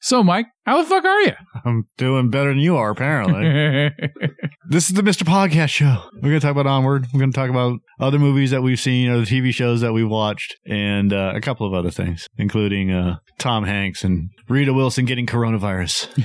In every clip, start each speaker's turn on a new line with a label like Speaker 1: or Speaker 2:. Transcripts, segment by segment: Speaker 1: So, Mike, how the fuck are you?
Speaker 2: I'm doing better than you are, apparently. this is the Mr. Podcast Show. We're going to talk about Onward. We're going to talk about other movies that we've seen, other TV shows that we've watched, and uh, a couple of other things, including uh, Tom Hanks and Rita Wilson getting coronavirus.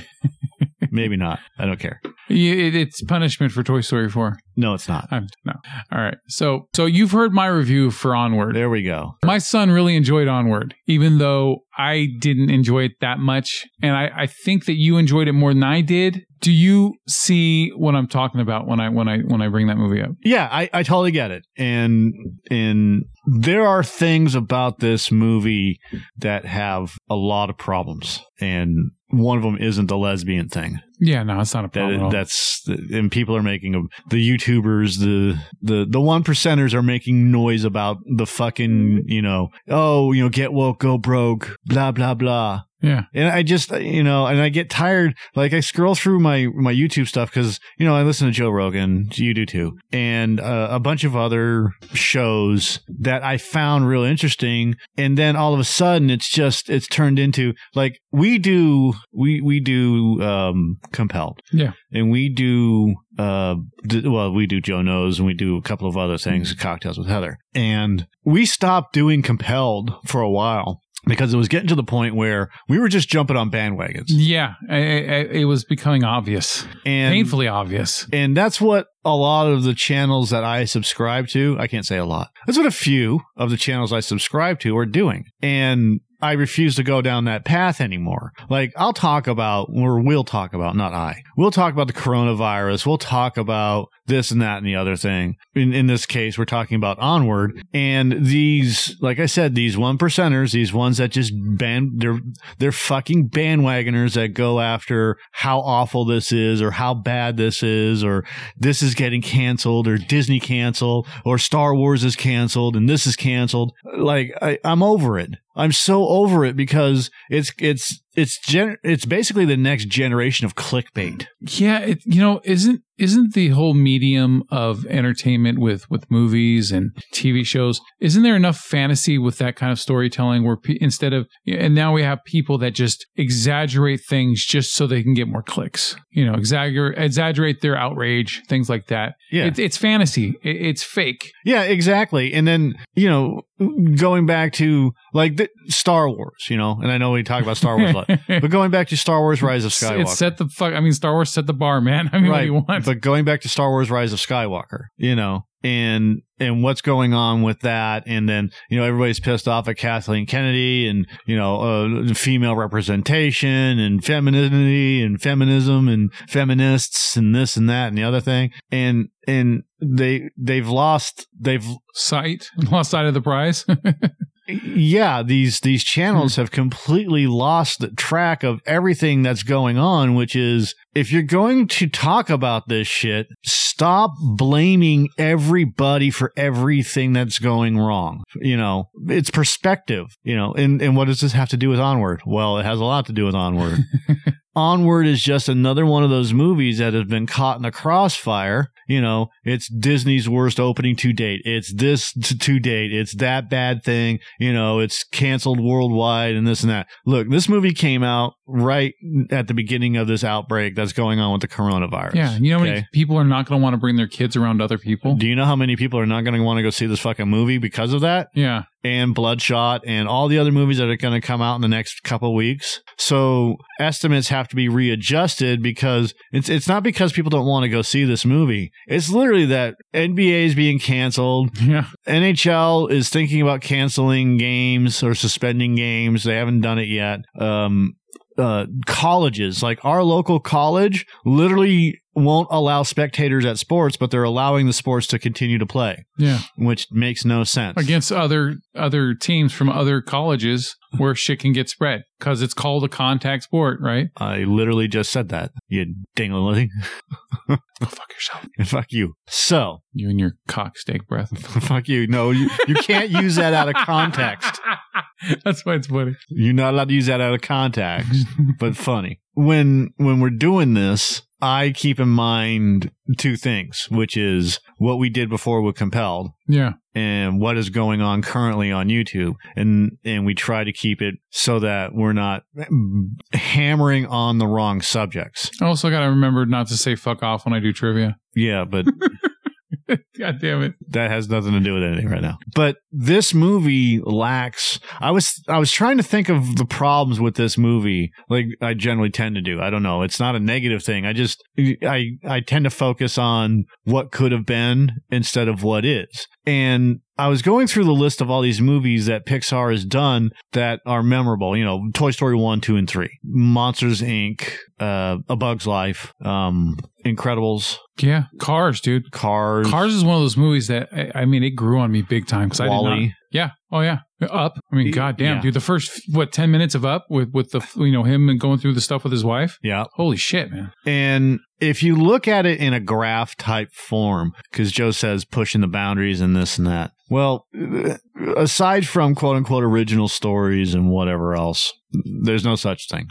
Speaker 2: Maybe not. I don't care.
Speaker 1: You- it- it's punishment for Toy Story 4.
Speaker 2: No, it's not.
Speaker 1: I'm, no. All right. So, so you've heard my review for Onward.
Speaker 2: There we go.
Speaker 1: My son really enjoyed Onward, even though I didn't enjoy it that much. And I, I think that you enjoyed it more than I did. Do you see what I'm talking about when I when I when I bring that movie up?
Speaker 2: Yeah, I, I totally get it. And and there are things about this movie that have a lot of problems. And one of them isn't the lesbian thing.
Speaker 1: Yeah, no, it's not a problem. at
Speaker 2: That
Speaker 1: all.
Speaker 2: that's and people are making a- the YouTubers the the the one percenters are making noise about the fucking you know oh you know get woke go broke blah blah blah
Speaker 1: Yeah.
Speaker 2: and I just you know and I get tired like I scroll through my my YouTube stuff because you know I listen to Joe Rogan you do too and uh, a bunch of other shows that I found real interesting and then all of a sudden it's just it's turned into like we do we we do um compelled and we do uh d- well we do joe knows and we do a couple of other things cocktails with heather and we stopped doing compelled for a while because it was getting to the point where we were just jumping on bandwagons
Speaker 1: Yeah, I, I, I- it was becoming obvious,
Speaker 2: and
Speaker 1: painfully obvious.
Speaker 2: and that's what a lot of the channels that I subscribe to, I can't say a lot. That's what a few of the channels I subscribe to are doing. And I refuse to go down that path anymore. Like I'll talk about, or we'll talk about, not I. We'll talk about the coronavirus. We'll talk about this and that and the other thing. In in this case, we're talking about onward. And these, like I said, these one percenters, these ones that just ban, they're they're fucking bandwagoners that go after how awful this is or how bad this is or this is getting canceled or Disney canceled or Star Wars is canceled and this is canceled. Like I, I'm over it. I'm so over it because it's it's it's gen- it's basically the next generation of clickbait.
Speaker 1: Yeah, it, you know, isn't isn't the whole medium of entertainment with with movies and TV shows? Isn't there enough fantasy with that kind of storytelling where pe- instead of and now we have people that just exaggerate things just so they can get more clicks. You know, exaggerate exaggerate their outrage, things like that.
Speaker 2: Yeah.
Speaker 1: It, it's fantasy. It, it's fake.
Speaker 2: Yeah, exactly. And then, you know, going back to like the, Star Wars, you know, and I know we talk about Star Wars a lot, but going back to Star Wars Rise of Skywalker.
Speaker 1: It set the fuck. I mean, Star Wars set the bar, man. I mean, what do you want?
Speaker 2: But going back to Star Wars Rise of Skywalker, you know, and and what's going on with that and then, you know, everybody's pissed off at Kathleen Kennedy and, you know, uh, female representation and femininity and feminism and feminists and this and that and the other thing. And and they they've lost they've
Speaker 1: sight lost sight of the prize.
Speaker 2: yeah, these these channels have completely lost the track of everything that's going on, which is if you're going to talk about this shit, stop blaming everybody for everything that's going wrong. You know, it's perspective, you know, and, and what does this have to do with onward? Well, it has a lot to do with onward. Onward is just another one of those movies that has been caught in the crossfire. You know, it's Disney's worst opening to date. It's this t- to date. It's that bad thing. You know, it's canceled worldwide and this and that. Look, this movie came out right at the beginning of this outbreak that's going on with the coronavirus.
Speaker 1: yeah, you know, how
Speaker 2: Okay.
Speaker 1: many people are not going to want to bring their kids around other people.
Speaker 2: Do you know how many people are not going to want to go see this fucking movie because of that?
Speaker 1: Yeah.
Speaker 2: and Bloodshot and all the other movies that are going to come out in the next couple weeks. So estimates have to be readjusted because it's it's not because people don't want to go see this movie. It's literally that NBA is being canceled,
Speaker 1: Yeah.
Speaker 2: NHL is thinking about canceling games or suspending games. They haven't done it yet. Um, uh, colleges, like our local college, literally won't allow spectators at sports, but they're allowing the sports to continue to play,
Speaker 1: Yeah.
Speaker 2: which makes no sense.
Speaker 1: Against other other teams from other colleges where shit can get spread cuz it's called a contact sport, right?
Speaker 2: I literally just said that. You dingling.
Speaker 1: Go fuck yourself.
Speaker 2: Fuck you. So,
Speaker 1: You and your cock steak breath.
Speaker 2: fuck you. No, you, you can't use that out of context.
Speaker 1: That's why it's funny.
Speaker 2: You're not allowed to use that out of context, but funny. when when we're doing this, I keep in mind two things, which is what we did before with compelled
Speaker 1: Yeah.
Speaker 2: and what is going on currently on YouTube and and we try to keep it so that we're not hammering on the wrong subjects.
Speaker 1: I also got to remember not to say fuck off when I do trivia.
Speaker 2: Yeah, but
Speaker 1: God damn it.
Speaker 2: that has nothing to do with anything right now. But this movie lacks. I was I was trying to think of the problems with this movie, like I generally tend to do. I don't know. It's not a negative thing. I just I I tend to focus on what could have been instead of what is. And I was going through the list of all these movies that Pixar has done that are memorable. You know, Toy Story one, two, and three, Monsters Inc., uh, A Bug's Life, um, Incredibles,
Speaker 1: Yeah. Cars, dude.
Speaker 2: Cars,
Speaker 1: Cars is one of those movies that I, I mean, it grew on me big time because I did not.
Speaker 2: Wall-E.
Speaker 1: Yeah. Oh yeah. Up. I mean,
Speaker 2: Y-
Speaker 1: goddamn,
Speaker 2: yeah.
Speaker 1: dude. The first what ten minutes of Up with with the you know him and going through the stuff with his wife.
Speaker 2: Yeah.
Speaker 1: Holy shit, man.
Speaker 2: And if you look at it in a graph type form, because Joe says pushing the boundaries and this and that, well, aside from quote unquote original stories and whatever else, there's no such thing.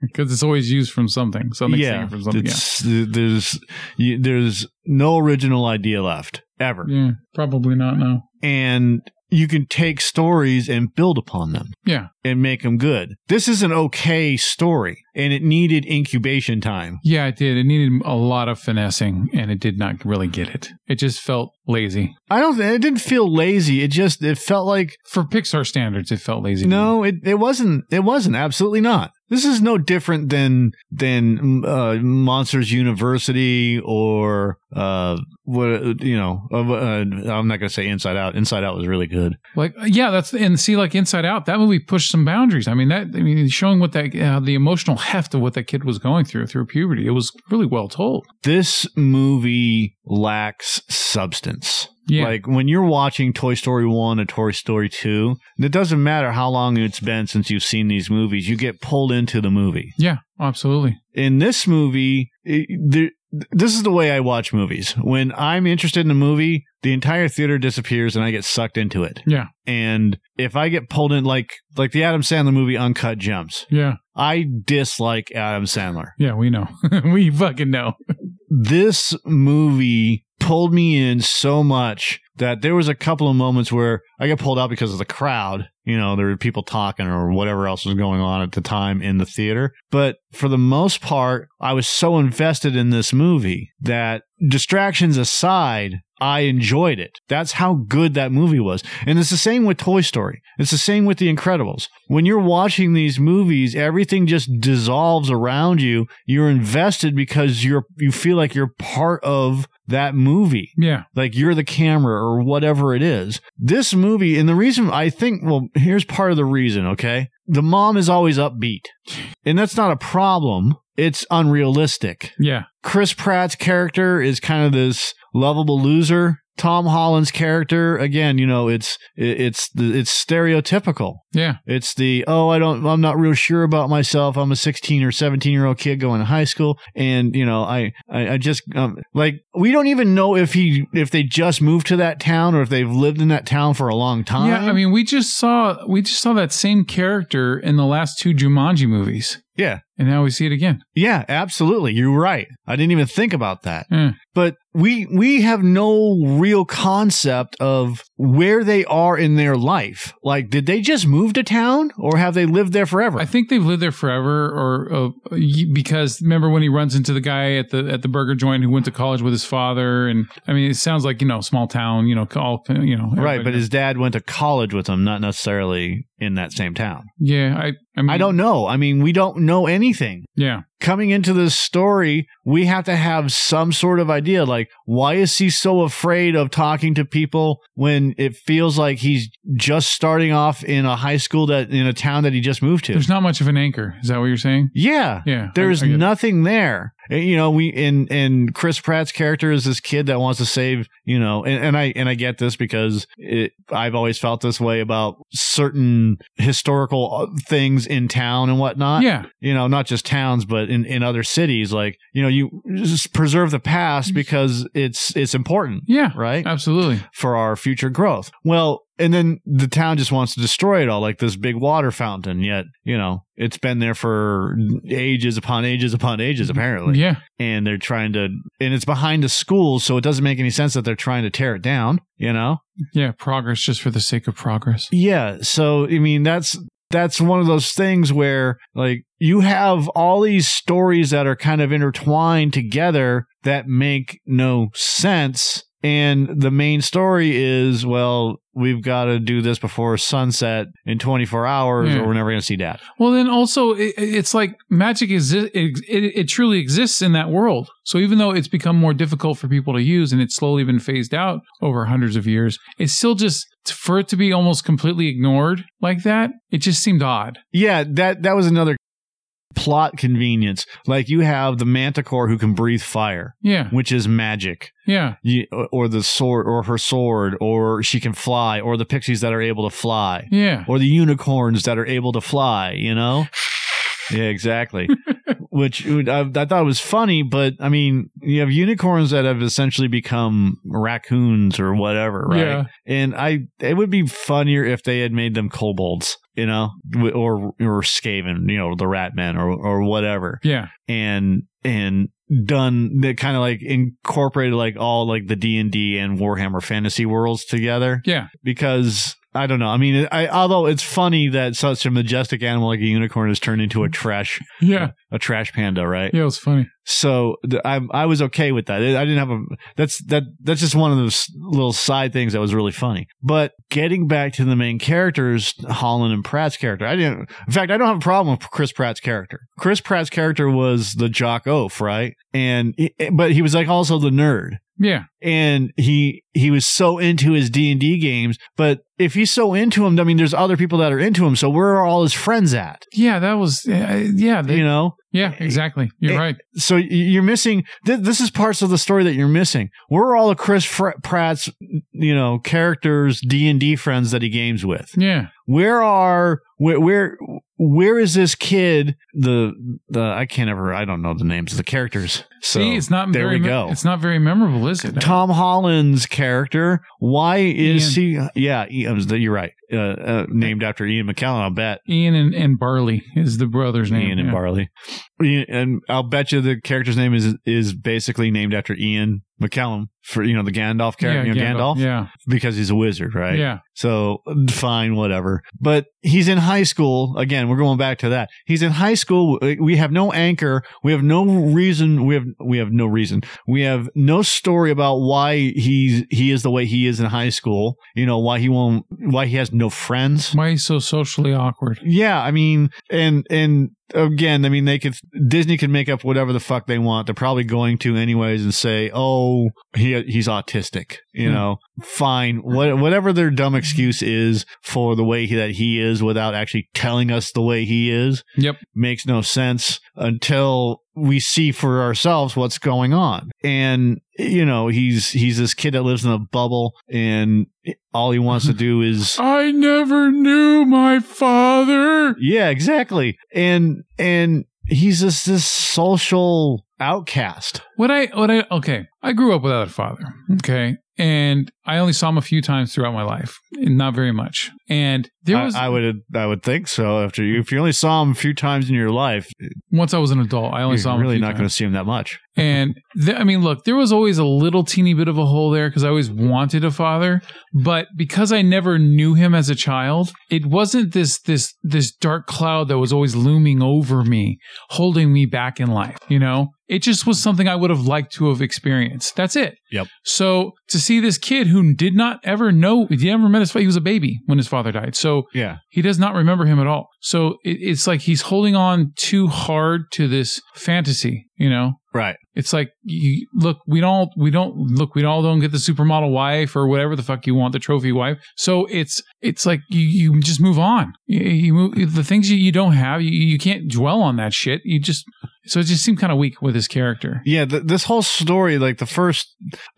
Speaker 1: Because it's always used from something. Something's taken from something. Yeah.
Speaker 2: it's- there's you, there's no original idea left ever,
Speaker 1: Yeah. Probably not now.
Speaker 2: and you can take stories and build upon them.
Speaker 1: Yeah.
Speaker 2: And make them good. This is an okay story, and it needed incubation time.
Speaker 1: Yeah, it did. It needed a lot of finessing, and it did not really get it. It just felt lazy
Speaker 2: I don't. It didn't feel lazy. It just. It felt like
Speaker 1: for Pixar standards. It felt lazy. to me.
Speaker 2: No, it, it wasn't. It wasn't. Absolutely not. This is no different than than uh, Monsters University or uh, what you know. Uh, uh, I'm not going to say Inside Out. Inside Out was really good.
Speaker 1: like yeah, that's and see like Inside Out. That movie pushed some boundaries. I mean that. I mean showing what that uh, the emotional heft of what that kid was going through through puberty. It was really well told.
Speaker 2: This movie lacks substance.
Speaker 1: Yeah.
Speaker 2: Like when you're watching Toy Story 1 or Toy Story 2, it doesn't matter how long it's been since you've seen these movies, you get pulled into the movie.
Speaker 1: yeah. Absolutely.
Speaker 2: in this movie, it, there, this is the way I watch movies. When I'm interested in a movie, the entire theater disappears and I get sucked into it.
Speaker 1: Yeah.
Speaker 2: And if I get pulled in, like like the Adam Sandler movie Uncut Gems,
Speaker 1: Yeah.
Speaker 2: I dislike Adam Sandler.
Speaker 1: Yeah, we know. we fucking know.
Speaker 2: This movie pulled me in so much that there was a couple of moments where I got pulled out because of the crowd. You know, there were people talking or whatever else was going on at the time in the theater. But for the most part, I was so invested in this movie that distractions aside, I enjoyed it. That's how good that movie was. And it's the same with Toy Story. It's the same with The Incredibles. When you're watching these movies, everything just dissolves around you. You're invested because you're you feel like you're part of that movie
Speaker 1: Yeah.
Speaker 2: like you're the camera or whatever it is. This movie, and the reason I think, well, here's part of the reason, okay? The mom is always upbeat, and that's not a problem. It's unrealistic.
Speaker 1: Yeah.
Speaker 2: Chris Pratt's character is kind of this lovable loser. Tom Holland's character, again, you know, it's it- it's the- it's stereotypical.
Speaker 1: Yeah.
Speaker 2: It's the oh, I don't, I'm not real sure about myself. I'm a 16 or 17 year old kid going to high school, and you know, I, I, I just um, like we don't even know if he, if they just moved to that town or if they've lived in that town for a long time.
Speaker 1: Yeah. I mean, we just saw we just saw that same character in the last two Jumanji movies.
Speaker 2: Yeah.
Speaker 1: And now we see it again.
Speaker 2: yeah, absolutely. You're right. I didn't even think about that.
Speaker 1: Yeah.
Speaker 2: But we, we have no real concept of where they are in their life. Like, did they just move to town or have they lived there forever?
Speaker 1: I think they've lived there forever, or uh, y- because remember when he runs into the guy at the at the burger joint who went to college with his father, and I mean, it sounds like you know, small town, you know, all you know,
Speaker 2: Right,
Speaker 1: everybody-
Speaker 2: but his dad went to college with him, not necessarily in that same town.
Speaker 1: yeah, I, I, mean,
Speaker 2: I don't know. I mean, we don't know anything.
Speaker 1: yeah,
Speaker 2: Coming into this story, we have to have some sort of idea like, why is he so afraid of talking to people when it feels like he's just starting off in a high school that in a town that he just moved to?
Speaker 1: there's not much of an anchor. Is that what you're saying?
Speaker 2: yeah.
Speaker 1: Yeah, I-
Speaker 2: There's
Speaker 1: I get it.
Speaker 2: nothing there. And, You know, we and and Chris Pratt's character is this kid that wants to save. You know, and, and I and I get this because it, I've always felt this way about certain historical uh, things in town and whatnot.
Speaker 1: yeah,
Speaker 2: You know, not just towns, but in, in other cities. Like, you know, you just preserve the past because it's it's important,
Speaker 1: Mm-hmm. yeah,
Speaker 2: right?
Speaker 1: absolutely.
Speaker 2: for our future growth. Well, And then the town just wants to destroy it all, like this big water fountain. Yet, you know, it's been there for ages upon ages upon ages, apparently.
Speaker 1: Mm-hmm. yeah.
Speaker 2: And they're trying to, and it's behind a school, so it doesn't make any sense that they're trying to tear it down, you know?
Speaker 1: Yeah. Progress just for the sake of progress.
Speaker 2: Yeah. So, I mean, that's, that's one of those things where like you have all these stories that are kind of intertwined together that make no sense. And the main story is, well, we've got to do this before sunset in 24 hours
Speaker 1: Yeah.
Speaker 2: or we're never going to see dad.
Speaker 1: Well, then also it, it's like magic is it, it truly exists in that world. So even though it's become more difficult for people to use and it's slowly been phased out over hundreds of years, it's still just for it to be almost completely ignored like that. It just seemed odd.
Speaker 2: Yeah. That, that was another plot convenience. Like you have the manticore who can breathe fire,
Speaker 1: Yeah,
Speaker 2: which is magic.
Speaker 1: yeah,
Speaker 2: Ye- or the sword or her sword or she can fly or the pixies that are able to fly
Speaker 1: yeah.
Speaker 2: or the unicorns that are able to fly you know yeah exactly which would- I, I thought was funny but i mean you have unicorns that have essentially become raccoons or whatever right
Speaker 1: Yeah.
Speaker 2: and i it would be funnier if they had made them kobolds you know w- or or skaven you know the rat men or or whatever
Speaker 1: Yeah,
Speaker 2: and and done that kind of like incorporated like all like the d&d and warhammer fantasy worlds together
Speaker 1: yeah,
Speaker 2: because i don't know i mean i although it's funny that such a majestic animal like a unicorn is turned into a trash
Speaker 1: yeah,
Speaker 2: a trash panda right
Speaker 1: yeah. It was funny.
Speaker 2: so th- I, I was okay with that i didn't have a that's that that's just one of those little side things that was really funny but getting back to the main characters holland and pratt's character i didn't in fact i don't have a problem with chris pratt's character chris pratt's character was the jock oaf right and he- but he was like also the nerd
Speaker 1: Yeah,
Speaker 2: and he he was so into his d&d games but if he's so into them i mean there's other people that are into him so where are all his friends at
Speaker 1: yeah. That was uh, yeah, they-
Speaker 2: you know
Speaker 1: yeah. Exactly. You're
Speaker 2: eh,
Speaker 1: right.
Speaker 2: so y- you're missing th- this is parts of the story that you're missing where are all of chris Fr- pratt's you know characters d&d friends that he games with
Speaker 1: Yeah,
Speaker 2: where are where where where is this kid the the i can't ever i don't know the names of the characters so
Speaker 1: see, it's not
Speaker 2: there
Speaker 1: very
Speaker 2: we
Speaker 1: me-
Speaker 2: go.
Speaker 1: It's not very memorable, is it?
Speaker 2: Tom Holland's character. Why is he? Yeah, he- um, you're right. Uh, uh, named after Ian McKellen, I'll bet.
Speaker 1: Ian and, and Barley is the brother's name.
Speaker 2: Ian and
Speaker 1: yeah.
Speaker 2: Barley, Ian- and I'll bet you the character's name is is basically named after Ian McKellen for you know the Gandalf
Speaker 1: Yeah,
Speaker 2: character, you know, Gandalf,
Speaker 1: Yeah,
Speaker 2: because he's a wizard, right?
Speaker 1: yeah,
Speaker 2: So fine, whatever. But he's in high school. Again, we're going back to that. He's in high school. We have no anchor. We have no reason. We have we have no reason. We have no story about why he's he is the way he is in high school. You know why he won't. Why he has no friends.
Speaker 1: Why he's so socially awkward?
Speaker 2: Yeah, I mean, and and again, I mean, they could Disney could make up whatever the fuck they want. They're probably going to anyways, and say, "Oh, he he's autistic," you
Speaker 1: Hmm.
Speaker 2: know. Fine, what, whatever their dumb excuse is for the way he, that he is, without actually telling us the way he is,
Speaker 1: Yep.
Speaker 2: makes no sense until we see for ourselves what's going on. And you know, he's he's this kid that lives in a bubble, and all he wants to do is
Speaker 1: I never knew my father.
Speaker 2: yeah, exactly. And and he's just this social outcast.
Speaker 1: What I what I okay. I grew up without a father. Okay. And I only saw him a few times throughout my life. and Not very much. And there was
Speaker 2: I, I would I would think so. After you, if you only saw him a few times in your life,
Speaker 1: once I was an adult, I only
Speaker 2: you're
Speaker 1: saw him a
Speaker 2: really
Speaker 1: few
Speaker 2: not
Speaker 1: times.
Speaker 2: going to see him that much.
Speaker 1: And th- I mean, look, there was always a little teeny bit of a hole there because I always wanted a father, but because I never knew him as a child, it wasn't this this this dark cloud that was always looming over me, holding me back in life. You know, it just was something I would have liked to have experienced. That's it.
Speaker 2: Yep.
Speaker 1: So to see this kid who did not ever know, he never met his father. He was a baby when his father died. So
Speaker 2: Yeah,
Speaker 1: he does not remember him at all. So it, it's like he's holding on too hard to this fantasy. You know,
Speaker 2: right.
Speaker 1: it's like you look, we don't we don't look, we all don't get the supermodel wife or whatever the fuck you want, the trophy wife. So it's it's like you, you just move on. You, you move the things you, you don't have, you, you can't dwell on that shit. You just so it just seemed kind of weak with his character.
Speaker 2: Yeah, th- this whole story, like the first,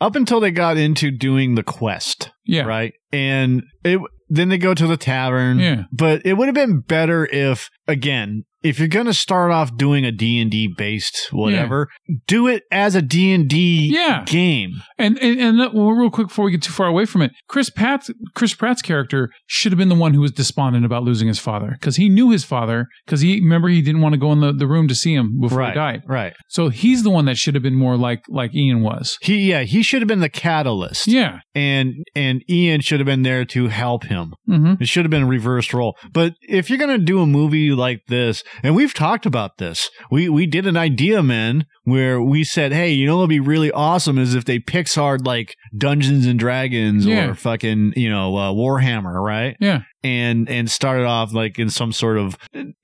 Speaker 2: up until they got into doing the quest,
Speaker 1: Yeah.
Speaker 2: right, and it then they go to the tavern.
Speaker 1: Yeah.
Speaker 2: But it would have been better if, again, if you're going to start off doing a D&D based whatever, do it as a D&D
Speaker 1: Yeah.
Speaker 2: game.
Speaker 1: And and, and that, well, real quick before we get too far away from it, Chris Pratt, Chris Pratt's character should have been the one who was despondent about losing his father because he knew his father because he remember he didn't want to go in the, the room to see him before
Speaker 2: Right.
Speaker 1: he died.
Speaker 2: Right.
Speaker 1: So he's the one that should have been more like like Ian was.
Speaker 2: He yeah, he should have been the catalyst.
Speaker 1: Yeah.
Speaker 2: And and Ian should have been there to help him.
Speaker 1: Mm-hmm.
Speaker 2: It should have been a reversed role. But if you're going to do a movie like this, and we've talked about this, we, we did an idea, man, where we said, hey, you know what would be really awesome is if they Pixar like Dungeons and Dragons
Speaker 1: Yeah.
Speaker 2: or fucking, you know, uh, Warhammer, right?
Speaker 1: Yeah.
Speaker 2: And, and started off like in some sort of,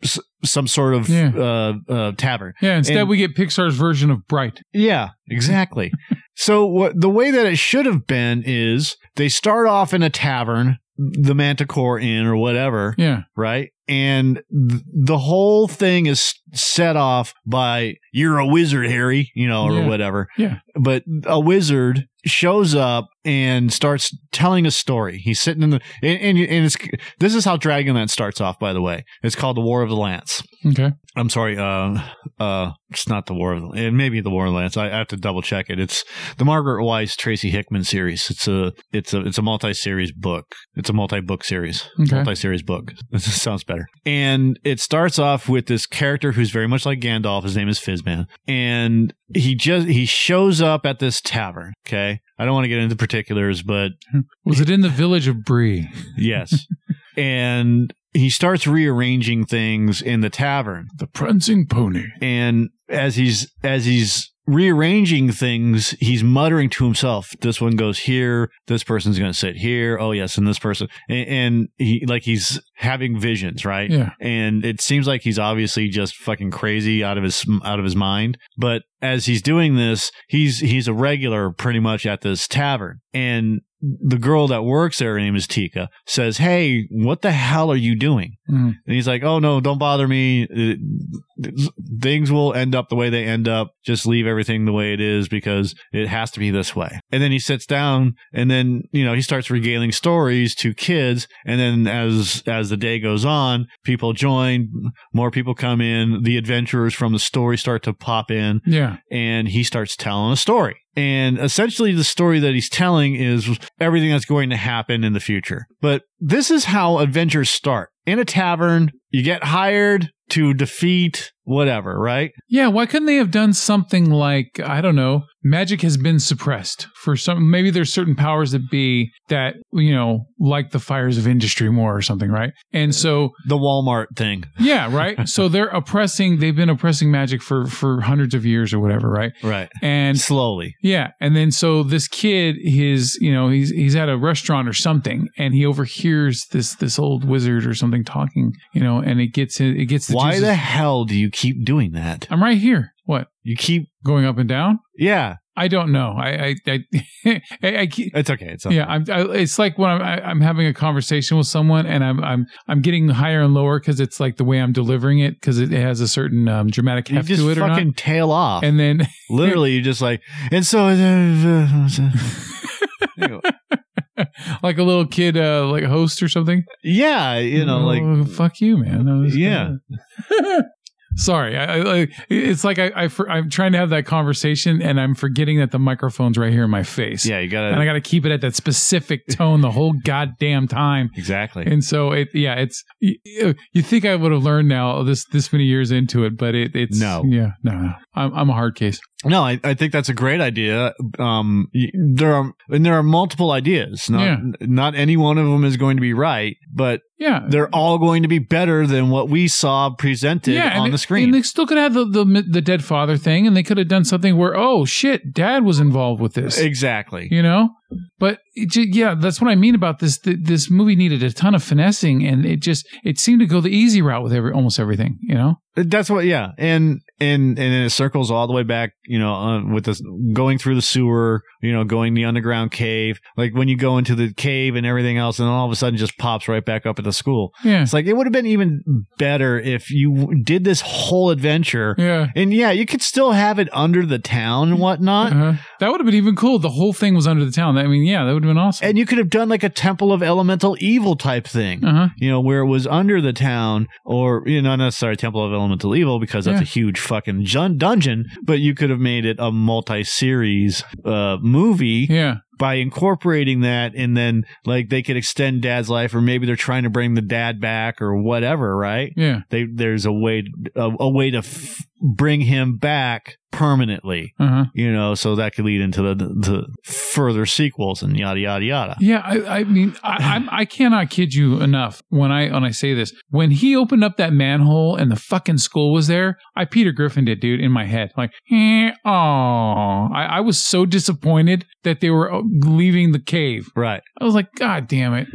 Speaker 2: s- some sort of
Speaker 1: Yeah.
Speaker 2: uh, uh, tavern.
Speaker 1: Yeah. Instead,
Speaker 2: And-
Speaker 1: we get Pixar's version of Bright.
Speaker 2: Yeah, exactly. so what the way that it should have been is they start off in a tavern, the Manticore Inn or whatever,
Speaker 1: Yeah.
Speaker 2: right? And th- the whole thing is set off by "You're a wizard, Harry," you know, or
Speaker 1: Yeah.
Speaker 2: whatever.
Speaker 1: Yeah.
Speaker 2: But a wizard shows up and starts telling a story. He's sitting in the and and, and it's this is how Dragonlance starts off. By the way, it's called the War of the Lance.
Speaker 1: Okay.
Speaker 2: I'm sorry. Uh, uh, it's not the War of the, it may be the War of the Lance. I, I have to double check it. It's the Margaret Weiss Tracy Hickman series. It's a it's a it's a multi series book. It's a multi book series,
Speaker 1: Okay.
Speaker 2: multi series book. This sounds better. And it starts off with this character who's very much like Gandalf. His name is Fizban, and he just he shows up at this tavern. Okay, I don't want to get into particulars, but
Speaker 1: Was it in the village of Bree?
Speaker 2: yes, and he starts rearranging things in the tavern.
Speaker 1: The prancing pony.
Speaker 2: and as he's as he's rearranging things he's muttering to himself this one goes here this person's going to sit here oh yes and this person and, and he like he's having visions right
Speaker 1: Yeah.
Speaker 2: and it seems like he's obviously just fucking crazy out of his out of his mind but as he's doing this he's he's a regular pretty much at this tavern and the girl that works there her name is Tika says hey what the hell are you doing
Speaker 1: Mm.
Speaker 2: and he's like, "Oh no, don't bother me. Uh, th- Things will end up the way they end up. Just leave everything the way it is because it has to be this way." And then he sits down, and then you know he starts regaling stories to kids. And then as as the day goes on, people join, more people come in. The adventurers from the story start to pop in,
Speaker 1: Yeah.
Speaker 2: and he starts telling a story. And essentially, the story that he's telling is everything that's going to happen in the future. But this is how adventures start in a tavern, you get hired to defeat whatever, right?
Speaker 1: Yeah. Why couldn't they have done something like I don't know? Magic has been suppressed for some. Maybe there's certain powers that be that you know, like the fires of industry more or something, right? And so
Speaker 2: The Walmart thing,
Speaker 1: yeah, right. so they're oppressing. They've been oppressing magic for for hundreds of years or whatever, right?
Speaker 2: right?
Speaker 1: And
Speaker 2: And slowly.
Speaker 1: Yeah, and then so this kid, his you know, he's he's at a restaurant or something, and he overhears this this old wizard or something talking, you know, and it gets it gets the
Speaker 2: Why
Speaker 1: Jesus-
Speaker 2: the hell do you keep doing that?
Speaker 1: I'm right here. What
Speaker 2: You keep,
Speaker 1: going up and down?
Speaker 2: yeah,
Speaker 1: I don't know. I I I, I, I keep-
Speaker 2: it's okay. It's okay.
Speaker 1: yeah, I'm, I, it's like when I'm, I, I'm having a conversation with someone and I'm I'm I'm getting higher and lower because it's like the way I'm delivering it because it has a certain um, dramatic
Speaker 2: You
Speaker 1: heft
Speaker 2: just
Speaker 1: to it or not.
Speaker 2: fucking tail off.
Speaker 1: And then
Speaker 2: Literally, you just like, and so.
Speaker 1: like a little kid, uh, like a host or something.
Speaker 2: yeah, you know, like,
Speaker 1: Oh, fuck you, man. That was-
Speaker 2: Yeah.
Speaker 1: Sorry, I, I, I- it's like I, I for, I'm trying to have that conversation and I'm forgetting that the microphone's right here in my face.
Speaker 2: yeah, you
Speaker 1: and I
Speaker 2: gotta,
Speaker 1: got to keep it at that specific tone the whole goddamn time.
Speaker 2: exactly.
Speaker 1: And so it, yeah, it's you, you think I would have learned now this this many years into it, but it, it's
Speaker 2: No.
Speaker 1: yeah, no, no. I'm I'm a hard case.
Speaker 2: No, I, I think that's a great idea. Um, y- there are and there are multiple ideas. Not
Speaker 1: Yeah.
Speaker 2: n- not any one of them is going to be right, but
Speaker 1: Yeah,
Speaker 2: they're all going to be better than what we saw presented on
Speaker 1: and
Speaker 2: the
Speaker 1: it- And
Speaker 2: screen.
Speaker 1: they still could have the, the the dead father thing, and they could have done something where oh shit, dad was involved with this.
Speaker 2: Exactly.
Speaker 1: you know but it ju- yeah that's what i mean about this Th- this movie needed a ton of finessing and it just it seemed to go the easy route with every almost everything you know
Speaker 2: That's what. Yeah, and and and then it circles all the way back you know, uh, with this going through the sewer, you know, going the underground cave, like when you go into the cave and everything else, and all of a sudden just pops right back up at the school.
Speaker 1: Yeah.
Speaker 2: It's like it would have been even better if you did this whole adventure.
Speaker 1: Yeah.
Speaker 2: And yeah, you could still have it under the town and whatnot.
Speaker 1: Uh-huh. That would have been even cool. The whole thing was under the town. I mean, yeah, that would have been awesome.
Speaker 2: And you could have done like a temple of elemental evil type thing.
Speaker 1: Uh huh.
Speaker 2: you know, where it was under the town, or you know, not necessarily Temple of Elemental Evil because that's
Speaker 1: Yeah.
Speaker 2: a huge fucking jun- dungeon. But you could have made it a multi-series uh, movie
Speaker 1: Yeah.
Speaker 2: by incorporating that, and then like they could extend Dad's life, or maybe they're trying to bring the dad back, or whatever. Right?
Speaker 1: Yeah.
Speaker 2: They there's a way a, a way to f- bring him back permanently.
Speaker 1: Uh huh.
Speaker 2: You know, so that could lead into the, the further sequels and yada yada yada.
Speaker 1: Yeah, I, I mean, I, I'm, I cannot kid you enough when I when I say this. When he opened up that manhole and the fucking skull was there, I Peter Griffin did, dude, in my head. Like, eh, aw. I, I was so disappointed that they were uh, leaving the cave.
Speaker 2: Right.
Speaker 1: I was like, God damn it!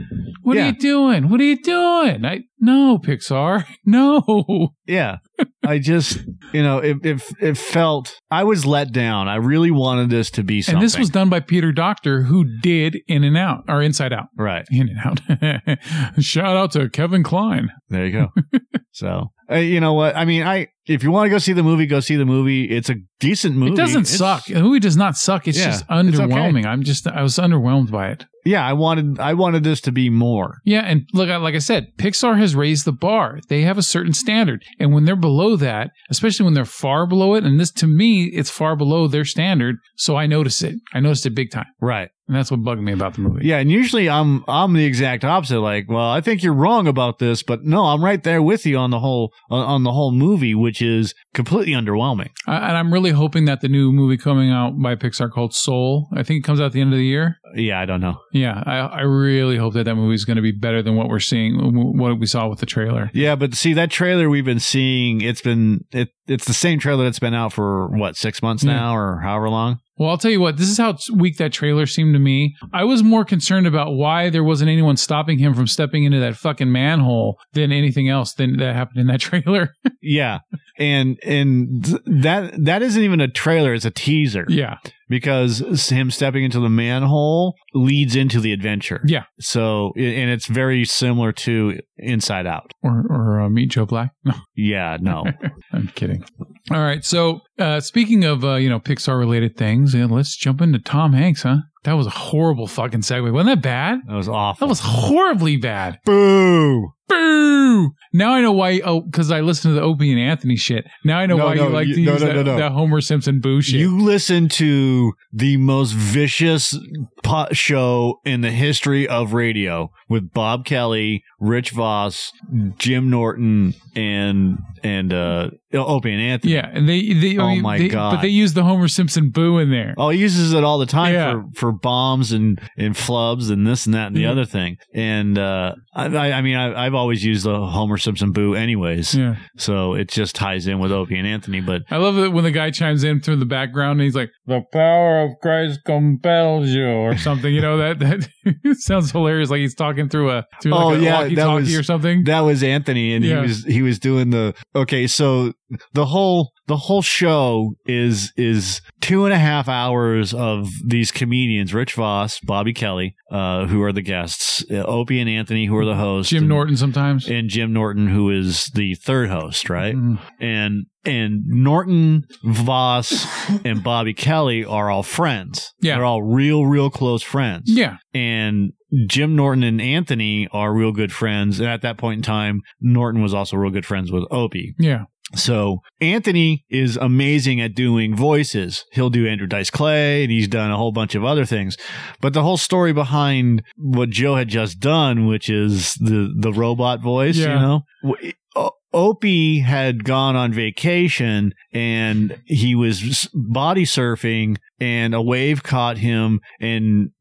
Speaker 1: What
Speaker 2: Yeah.
Speaker 1: are you doing? What are you doing? I no Pixar, no.
Speaker 2: Yeah. I just, you know, it, it, it felt, I was let down. I really wanted this to be something.
Speaker 1: And this was done by Peter Doctor, who did In and Out or Inside Out.
Speaker 2: right.
Speaker 1: In and Out. Shout out to Kevin Klein.
Speaker 2: There you go. so, uh, you know what? I mean, I, if you want to go see the movie, go see the movie. It's a decent movie.
Speaker 1: It doesn't
Speaker 2: It's-
Speaker 1: suck. The movie does not suck. It's
Speaker 2: Yeah,
Speaker 1: just
Speaker 2: it's okay.
Speaker 1: underwhelming. I'm just I was underwhelmed by it.
Speaker 2: Yeah. I wanted, I wanted this to be more.
Speaker 1: Yeah, and look, I- like I said, Pixar has raised the bar. They have a certain standard, and when they're below that, especially when they're far below it, and this to me, it's far below their standard. So I notice it. I noticed it big time,
Speaker 2: Right.
Speaker 1: and that's what bugged me about the movie.
Speaker 2: Yeah. And usually I'm, I'm the exact opposite. Like, well, I think you're wrong about this, but no, I'm right there with you on the whole, on- on the whole movie, which is completely underwhelming.
Speaker 1: I, and I'm really hoping that the new movie coming out by Pixar called Soul, I think it comes out at the end of the year.
Speaker 2: Yeah. I don't know.
Speaker 1: Yeah, I, I really hope that that movie is going to be better than what we're seeing, what we saw with the trailer.
Speaker 2: Yeah, but see that trailer we've been seeing, it's been it it's the same trailer that's been out for what, six months
Speaker 1: Yeah.
Speaker 2: now or however long?
Speaker 1: Well, I'll tell you what, this is how weak that trailer seemed to me. I was more concerned about why there wasn't anyone stopping him from stepping into that fucking manhole than anything else than that happened in that trailer.
Speaker 2: Yeah. And and th- that that isn't even a trailer, it's a teaser.
Speaker 1: yeah.
Speaker 2: Because s- him stepping into the manhole leads into the adventure.
Speaker 1: Yeah.
Speaker 2: So a- and it's very similar to Inside Out.
Speaker 1: Or, or uh, meet Joe Black. No,
Speaker 2: Yeah, no.
Speaker 1: I'm kidding. All right. So, uh, speaking of, uh, you know, Pixar related things, yeah, let's jump into Tom Hanks, huh? That was a horrible fucking segue. Wasn't that bad?
Speaker 2: that was
Speaker 1: That
Speaker 2: awful.
Speaker 1: was horribly bad.
Speaker 2: boo.
Speaker 1: Boo! Now I know why. Oh, because I listened to the Opie and Anthony shit. Now I know
Speaker 2: No,
Speaker 1: why
Speaker 2: no,
Speaker 1: you like
Speaker 2: you-
Speaker 1: to
Speaker 2: no,
Speaker 1: use
Speaker 2: no,
Speaker 1: that,
Speaker 2: no, no.
Speaker 1: that Homer Simpson boo shit.
Speaker 2: You listen to the most vicious pot show in the history of radio with Bob Kelly, Rich Voss, Jim Norton, and and uh, Opie and Anthony.
Speaker 1: yeah, and they, they I
Speaker 2: Oh
Speaker 1: mean,
Speaker 2: my
Speaker 1: they-
Speaker 2: God.
Speaker 1: But they use the Homer Simpson boo in there.
Speaker 2: Oh, he uses it all the time
Speaker 1: Yeah.
Speaker 2: for, for bombs and, and flubs and this and that and the
Speaker 1: Mhm.
Speaker 2: other thing. And uh, I, I I mean, I, I've always used the Homer Simpson boo anyways.
Speaker 1: Yeah,
Speaker 2: So it just ties in with Opie and Anthony. But
Speaker 1: I love it when the guy chimes in through the background and he's like, "The power of Christ compels you," or something. You know that that sounds hilarious. Like he's talking through a through
Speaker 2: Oh,
Speaker 1: like a
Speaker 2: yeah, that
Speaker 1: walkie-talkie
Speaker 2: was-
Speaker 1: or something.
Speaker 2: That was Anthony, and
Speaker 1: Yeah.
Speaker 2: he was he was doing the okay. So the whole the whole show is is two and a half hours of these comedians: Rich Voss, Bobby Kelly, uh, who are the guests, uh, Opie and Anthony, who are the hosts,
Speaker 1: Jim
Speaker 2: and-
Speaker 1: Norton sometimes.
Speaker 2: and Jim Norton, who is the third host, right?
Speaker 1: Mm.
Speaker 2: And and Norton, Voss, and Bobby Kelly are all friends.
Speaker 1: Yeah.
Speaker 2: they're all real, real close friends
Speaker 1: Yeah,
Speaker 2: and Jim Norton and Anthony are real good friends. And at that point in time, Norton was also real good friends with Opie.
Speaker 1: yeah,
Speaker 2: So Anthony is amazing at doing voices. He'll do Andrew Dice Clay and he's done a whole bunch of other things. But the whole story behind what Joe had just done, which is the, the robot voice,
Speaker 1: Yeah.
Speaker 2: you know, w- O- Opie had gone on vacation and he was s- body surfing and a wave caught him and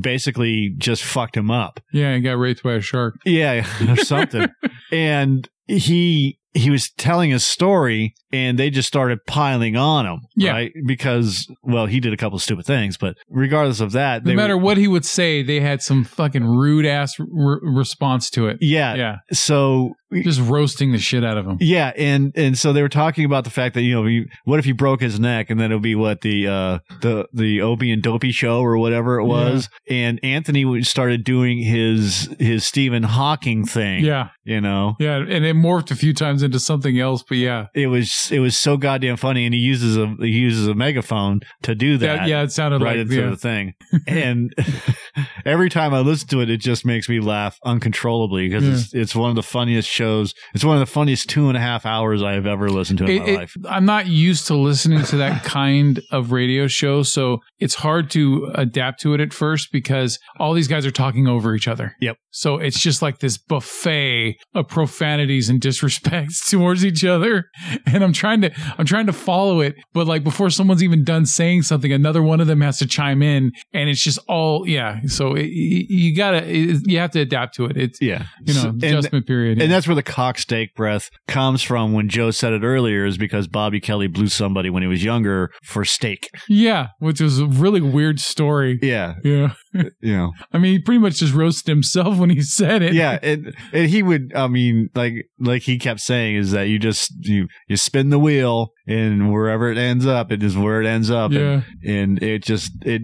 Speaker 2: basically just fucked him up.
Speaker 1: yeah. He got raped by a shark.
Speaker 2: Yeah, or something. and he he was telling his story and they just started piling on him.
Speaker 1: Yeah.
Speaker 2: Right? Because well, he did a couple of stupid things, but regardless of that,
Speaker 1: No
Speaker 2: they
Speaker 1: matter
Speaker 2: were,
Speaker 1: what he would say, they had some fucking rude ass r- response to it.
Speaker 2: yeah,
Speaker 1: yeah.
Speaker 2: So
Speaker 1: Just roasting the shit out of him.
Speaker 2: Yeah, and and so they were talking about the fact that you know, you, what if he broke his neck, and then it'll be what the uh the the Obi and Dopey show or whatever it was, and Anthony w- started doing his his Stephen Hawking thing.
Speaker 1: Yeah.
Speaker 2: you know,
Speaker 1: Yeah. And it morphed a few times into something else, but yeah.
Speaker 2: it was it was so goddamn funny, and he uses a he uses a megaphone to do that.
Speaker 1: That, yeah, it sounded
Speaker 2: Right
Speaker 1: like
Speaker 2: into
Speaker 1: yeah.
Speaker 2: the thing, and every time I listen to it, it just makes me laugh uncontrollably because
Speaker 1: Yeah.
Speaker 2: it's, it's one of the funniest shows. It's one of the funniest two and a half hours I have ever listened to in
Speaker 1: It-
Speaker 2: my
Speaker 1: it-
Speaker 2: life.
Speaker 1: I'm not used to listening to that kind of radio show, so it's hard to adapt to it at first because all these guys are talking over each other.
Speaker 2: Yep.
Speaker 1: So it's just like this buffet of profanities and disrespects towards each other, and I'm trying to I'm trying to follow it, but like before someone's even done saying something, another one of them has to chime in, and it's just all yeah. So it, you, you gotta it, you have to adapt to it. It's
Speaker 2: Yeah,
Speaker 1: you know
Speaker 2: So- and
Speaker 1: adjustment period.
Speaker 2: And that's where the cock steak breath comes from when Joe said it earlier, is because Bobby Kelly blew somebody when he was younger for steak.
Speaker 1: yeah, which was a really weird story.
Speaker 2: Yeah.
Speaker 1: Yeah.
Speaker 2: You know.
Speaker 1: I mean, he pretty much just roasted himself when he said it.
Speaker 2: Yeah. And, and he would I mean, like like he kept saying is that you just you you spin the wheel and wherever it ends up, it is where it ends up.
Speaker 1: Yeah.
Speaker 2: And, and it just it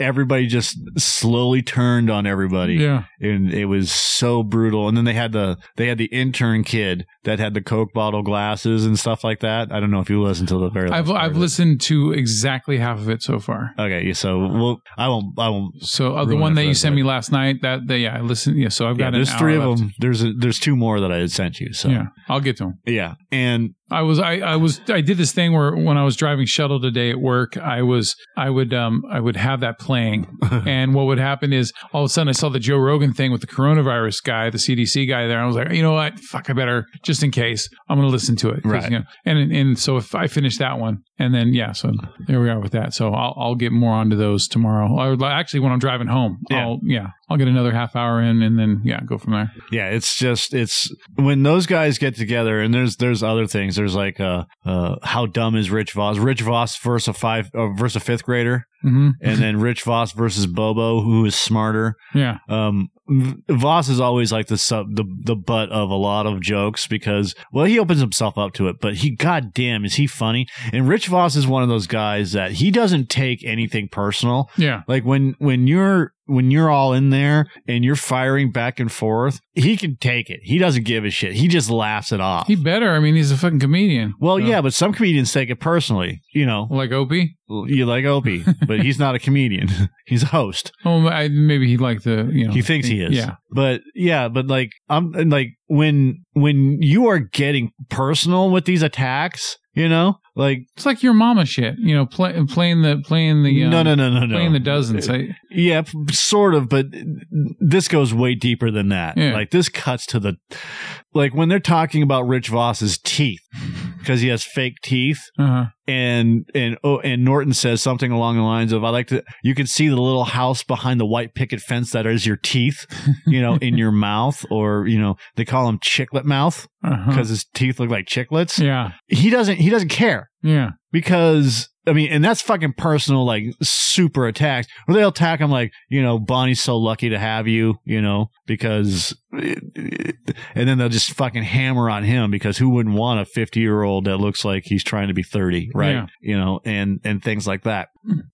Speaker 2: everybody just slowly turned on everybody.
Speaker 1: Yeah.
Speaker 2: and it was so brutal. And then they had the they had the intern kid that had the Coke bottle glasses and stuff like that. I don't know if you listened to the very. last
Speaker 1: I've
Speaker 2: part
Speaker 1: I've
Speaker 2: of it.
Speaker 1: listened to exactly half of it so far.
Speaker 2: Okay, so well, I won't. I won't.
Speaker 1: So uh, the
Speaker 2: Ruin
Speaker 1: one
Speaker 2: it
Speaker 1: that
Speaker 2: for
Speaker 1: you sent me
Speaker 2: everybody.
Speaker 1: last night, that, that yeah, I listened. Yeah, so I've
Speaker 2: Yeah,
Speaker 1: got
Speaker 2: there's
Speaker 1: an hour
Speaker 2: three of
Speaker 1: left.
Speaker 2: them. There's a, there's two more that I had sent you. So
Speaker 1: Yeah, I'll get to them.
Speaker 2: yeah. and
Speaker 1: I was I, I was I did this thing where when I was driving shuttle today at work, I was I would um I would have that playing, and what would happen is all of a sudden I saw the Joe Rogan thing with the coronavirus guy, the CDC guy there, and I was like, you know what, fuck, I better just in case I'm going to listen to it, 'Cause,
Speaker 2: Right.
Speaker 1: you know, and and so if I finish that one, and then yeah, so there we are with that. So I'll I'll get more onto those tomorrow. I would li- actually when I'm driving home,
Speaker 2: Yeah.
Speaker 1: I'll yeah I'll get another half hour in, and then yeah go from there.
Speaker 2: yeah, it's just it's when those guys get together and there's there's other things. There's like uh uh how dumb is Rich Voss? Rich Voss versus a five uh, versus a fifth grader,
Speaker 1: hmm
Speaker 2: and then Rich Voss versus Bobo, who is smarter.
Speaker 1: Yeah,
Speaker 2: um V- Voss is always like the sub the the butt of a lot of jokes because well he opens himself up to it but he goddamn is he funny and Rich Voss is one of those guys that he doesn't take anything personal
Speaker 1: yeah,
Speaker 2: like when when you're when you're all in there and you're firing back and forth he can take it he doesn't give a shit he just laughs it off
Speaker 1: he better. I mean, he's a fucking comedian.
Speaker 2: well
Speaker 1: So-
Speaker 2: yeah but some comedians take it personally you know
Speaker 1: Like Opie.
Speaker 2: you like Opie but he's not a comedian he's a host
Speaker 1: Oh, I, maybe he like the you know.
Speaker 2: he thinks he is.
Speaker 1: Yeah,
Speaker 2: But yeah, but like I'm and like when when you are getting personal with these attacks, you know, like
Speaker 1: it's like your mama shit. You know, play, playing the playing the um,
Speaker 2: no no no no
Speaker 1: playing
Speaker 2: no.
Speaker 1: the dozens. I,
Speaker 2: yeah, p- sort of, but this goes way deeper than that.
Speaker 1: Yeah.
Speaker 2: Like this cuts to the like when they're talking about Rich Voss's teeth because he has fake teeth.
Speaker 1: uh
Speaker 2: and and oh, and Norton says something along the lines of, "I like to. You can see the little house behind the white picket fence that is your teeth, you know, in your mouth, or you know, they call him chiclet mouth because his teeth look like chiclets.
Speaker 1: uh-huh. Yeah,
Speaker 2: He doesn't. He doesn't care
Speaker 1: yeah,
Speaker 2: because." I mean, and that's fucking personal, like super attacks. Or they'll attack him, like you know, Bonnie's so lucky to have you, you know, because, and then they'll just fucking hammer on him because who wouldn't want a fifty-year-old that looks like he's trying to be thirty, right?
Speaker 1: Yeah.
Speaker 2: You know, and and things like that.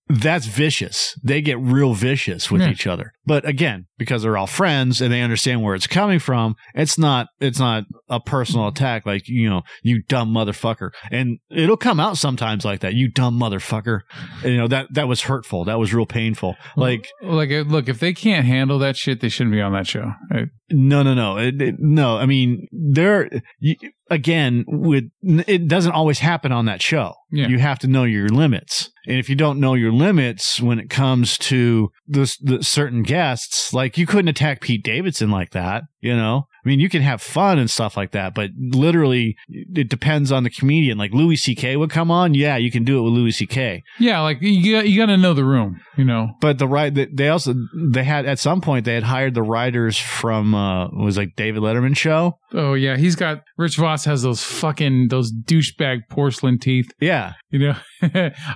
Speaker 2: That's vicious. They get real vicious with
Speaker 1: Yeah.
Speaker 2: each other. But again, because they're all friends and they understand where it's coming from, it's not it's not a personal attack like, you know, you dumb motherfucker. And it'll come out sometimes like that, you dumb motherfucker. You know, that that was hurtful. That was real painful. Like
Speaker 1: like uh, look, if they can't handle that shit, they shouldn't be on that show. I-
Speaker 2: No, no, no, It- it- no. I mean, there you, again. With it doesn't always happen on that show.
Speaker 1: Yeah.
Speaker 2: You have to know your limits, and if you don't know your limits when it comes to this, the certain guests, like you couldn't attack Pete Davidson like that. You know, I mean, you can have fun and stuff like that, but literally, it depends on the comedian. Like Louis C.K. would come on, yeah, you can do it with Louis C.K.
Speaker 1: yeah, like you got, you got to know the room. You know.
Speaker 2: But the right they also they had at some point they had hired the writers from uh it was like David Letterman show.
Speaker 1: Oh yeah, he's got Rich Voss has those fucking those douchebag porcelain teeth.
Speaker 2: Yeah.
Speaker 1: You know,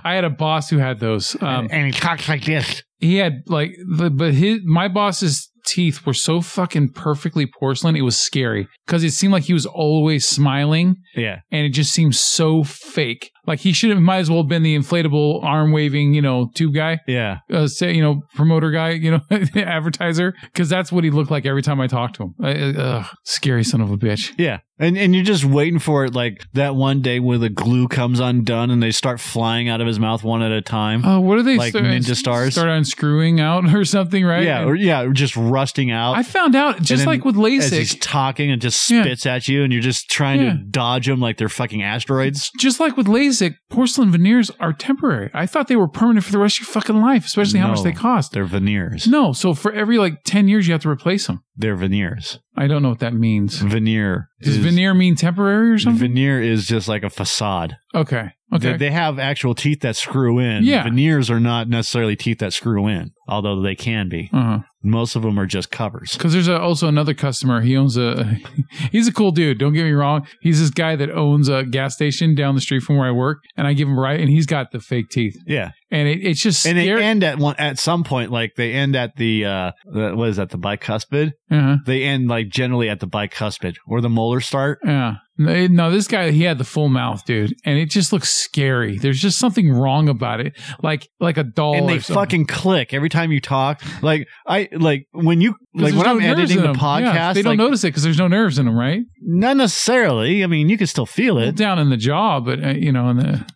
Speaker 1: I had a boss who had those. Um,
Speaker 2: and he talks like this.
Speaker 1: he had like the, but his my boss's teeth were so fucking perfectly porcelain. It was scary because it seemed like he was always smiling
Speaker 2: Yeah.
Speaker 1: and it just seemed so fake. Like he should have might as well been the inflatable arm waving, you know, tube guy,
Speaker 2: Yeah.
Speaker 1: uh, say, you know, promoter guy, you know, advertiser, because that's what he looked like every time I talked to him. I, uh, ugh, scary son of a bitch.
Speaker 2: Yeah. And and you're just waiting for it like that one day where the glue comes undone and they start flying out of his mouth one at a time.
Speaker 1: Uh, what are they
Speaker 2: Like ninja stars?
Speaker 1: Start unscrewing out or something, right?
Speaker 2: Yeah,
Speaker 1: And
Speaker 2: or yeah, or just rusting out.
Speaker 1: I found out just
Speaker 2: then
Speaker 1: like with
Speaker 2: as he's
Speaker 1: LASIK,
Speaker 2: talking and just
Speaker 1: Yeah.
Speaker 2: spits at you, and you're just trying
Speaker 1: Yeah.
Speaker 2: to dodge them like they're fucking asteroids.
Speaker 1: just like with LASIK, porcelain veneers are temporary. I thought they were permanent for the rest of your fucking life, especially how much
Speaker 2: No.
Speaker 1: they cost.
Speaker 2: They're veneers.
Speaker 1: No, so for every like ten years, you have to replace them.
Speaker 2: They're veneers.
Speaker 1: I don't know what that means.
Speaker 2: Veneer.
Speaker 1: Does
Speaker 2: Mm, is-
Speaker 1: veneer mean temporary or something?
Speaker 2: Veneer is just like a facade.
Speaker 1: okay.
Speaker 2: They-
Speaker 1: Okay.
Speaker 2: They, have actual teeth that screw in.
Speaker 1: Yeah.
Speaker 2: Veneers are not necessarily teeth that screw in, although they can be.
Speaker 1: uh-huh.
Speaker 2: Most of them are just covers.
Speaker 1: Because there's a, also another customer. He owns a. He's a cool dude. Don't get me wrong. He's this guy that owns a gas station down the street from where I work, and I give him right, and he's got the fake teeth,
Speaker 2: Yeah,
Speaker 1: and it, it's just
Speaker 2: and
Speaker 1: scary.
Speaker 2: they end at one at some point. Like they end at the uh, the- what is that? The bicuspid.
Speaker 1: uh-huh.
Speaker 2: They end like generally at the bicuspid where the molar start.
Speaker 1: Yeah. No, no, this guy he had the full mouth, dude, and it just looks scary. There's just something wrong about it, like like a doll.
Speaker 2: and they
Speaker 1: Oh, or something.
Speaker 2: fucking click every time you talk. Like I like when you
Speaker 1: 'Cause
Speaker 2: like
Speaker 1: there's
Speaker 2: when
Speaker 1: no
Speaker 2: I'm
Speaker 1: nerves
Speaker 2: editing
Speaker 1: in
Speaker 2: the
Speaker 1: them. Yeah,
Speaker 2: podcast.
Speaker 1: they don't
Speaker 2: like,
Speaker 1: notice it because there's no nerves in them, right?
Speaker 2: Not necessarily. I mean, you can still feel
Speaker 1: Well,
Speaker 2: it.
Speaker 1: down in the jaw, but uh, you know, in the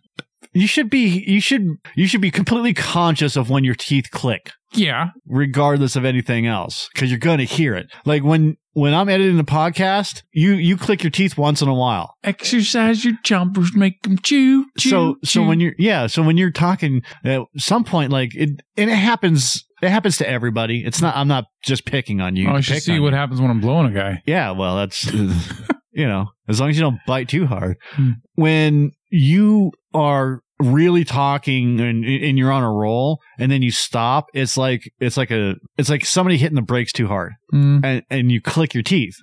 Speaker 2: You should be. You should. You should be completely conscious of when your teeth click,
Speaker 1: yeah,
Speaker 2: regardless of anything else, because you're gonna hear it. Like when when I'm editing the podcast, you you click your teeth once in a while.
Speaker 1: exercise your chompers, make them chew. chew
Speaker 2: so so
Speaker 1: chew.
Speaker 2: when you're yeah so when you're talking at some point like it and it happens it happens to everybody it's not i'm not just picking on you
Speaker 1: oh, I
Speaker 2: You
Speaker 1: should
Speaker 2: pick
Speaker 1: see
Speaker 2: on
Speaker 1: what
Speaker 2: me.
Speaker 1: happens when I'm blowing a guy.
Speaker 2: Yeah, well, that's you know, as long as you don't bite too hard.
Speaker 1: Hmm.
Speaker 2: When you are really talking and and you're on a roll and then you stop, it's like it's like a it's like somebody hitting the brakes too hard
Speaker 1: Mm.
Speaker 2: and and you click your teeth.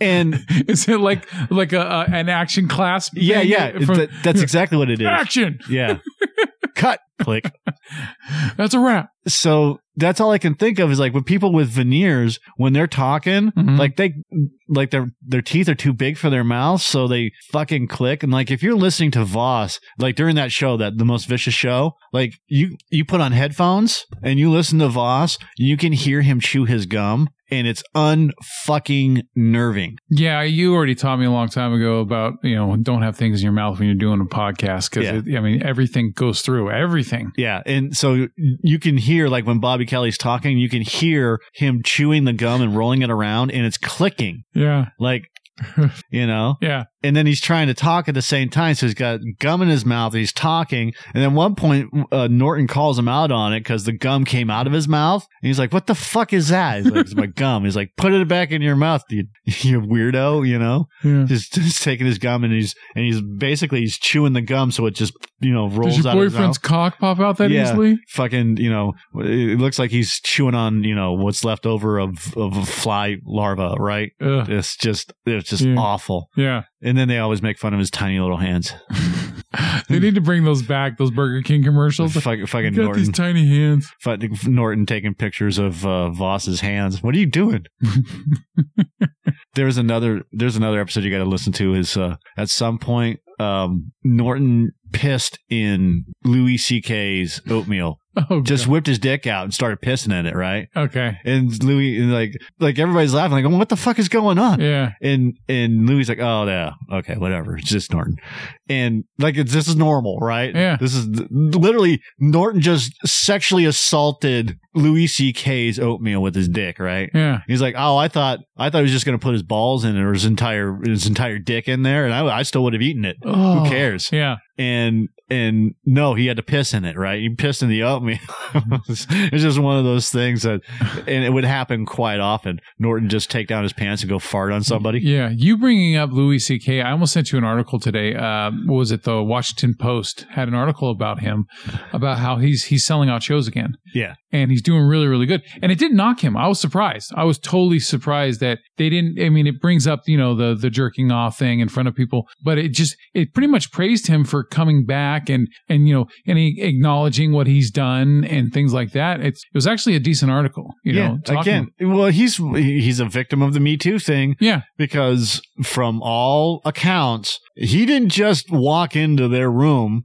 Speaker 2: And
Speaker 1: Is it like like a, a an action class?
Speaker 2: yeah,
Speaker 1: thing?
Speaker 2: yeah,
Speaker 1: From-
Speaker 2: that, that's exactly what it is.
Speaker 1: action.
Speaker 2: Yeah. Cut, click.
Speaker 1: That's a wrap.
Speaker 2: so that's all I can think of is like when people with veneers when they're talking,
Speaker 1: Mhm.
Speaker 2: like they like their their teeth are too big for their mouths, so they fucking click. And like if you're listening to Voss, like during that show, that the most vicious show, like you you put on headphones and you listen to Voss, you can hear him chew his gum, and it's unfucking nerving.
Speaker 1: Yeah, you already taught me a long time ago about you know don't have things in your mouth when you're doing a podcast because
Speaker 2: Yeah.
Speaker 1: I mean everything goes through everything.
Speaker 2: Yeah, and so you can hear like when Bobby Kelly's talking, you can hear him chewing the gum and rolling it around, and it's clicking
Speaker 1: Yeah,
Speaker 2: like. You know,
Speaker 1: yeah.
Speaker 2: and then he's trying to talk at the same time. So he's got gum in his mouth. He's talking, and then one point uh, Norton calls him out on it because the gum came out of his mouth. And he's like, "What the fuck is that?" He's like, "It's my gum." He's like, "Put it back in your mouth, you, you weirdo." You know,
Speaker 1: yeah.
Speaker 2: just, just taking his gum and he's and he's basically he's chewing the gum so it just you know rolls
Speaker 1: Does your
Speaker 2: out of his
Speaker 1: boyfriend's
Speaker 2: mouth.
Speaker 1: cock pop out that
Speaker 2: Yeah.
Speaker 1: easily?
Speaker 2: Fucking, you know, it looks like he's chewing on you know what's left over of of a fly larva, right?
Speaker 1: Ugh.
Speaker 2: It's just it's just
Speaker 1: Yeah.
Speaker 2: awful.
Speaker 1: Yeah,
Speaker 2: And then they always make fun of his tiny little hands.
Speaker 1: they need to bring those back. Those Burger King commercials.
Speaker 2: Fuck- Fucking,
Speaker 1: You got
Speaker 2: Norton,
Speaker 1: these tiny hands.
Speaker 2: fucking Norton taking pictures of uh, Voss's hands. What are you doing? there's another. There's another episode you got to listen to. Is uh, at some point um, Norton pissed in Louis C.K.'s oatmeal,
Speaker 1: Oh,
Speaker 2: just
Speaker 1: God.
Speaker 2: whipped his dick out and started pissing in it. Right.
Speaker 1: okay.
Speaker 2: And Louis, and like, like everybody's laughing, like, what the fuck is going on?
Speaker 1: Yeah.
Speaker 2: And and Louis like, oh yeah, okay, whatever. It's just Norton, and like it's, this is normal, right?
Speaker 1: Yeah.
Speaker 2: This is literally Norton just sexually assaulted Louis C.K.'s oatmeal with his dick, right?
Speaker 1: Yeah.
Speaker 2: He's like, oh, I thought I thought he was just gonna put his balls in it or his entire his entire dick in there, and I, I still would have eaten it.
Speaker 1: Oh.
Speaker 2: Who cares?
Speaker 1: Yeah.
Speaker 2: And and no, he had to piss in it, right? He pissed in the oatmeal. it's just one of those things that, and it would happen quite often. Norton just take down his pants and go fart on somebody.
Speaker 1: Yeah, you bringing up Louis C.K. I almost sent you an article today. Uh, what was it? The Washington Post had an article about him, about how he's he's selling out shows again.
Speaker 2: Yeah.
Speaker 1: and he's doing really really good. And it didn't knock him. I was surprised. I was totally surprised that they didn't. I mean, it brings up you know the the jerking off thing in front of people, but it just it pretty much praised him for coming back back and and you know and he acknowledging what he's done and things like that. It's it was actually a decent article. You know, talking-
Speaker 2: again, well, he's he's a victim of the Me Too thing
Speaker 1: Yeah,
Speaker 2: because, from all accounts, he didn't just walk into their room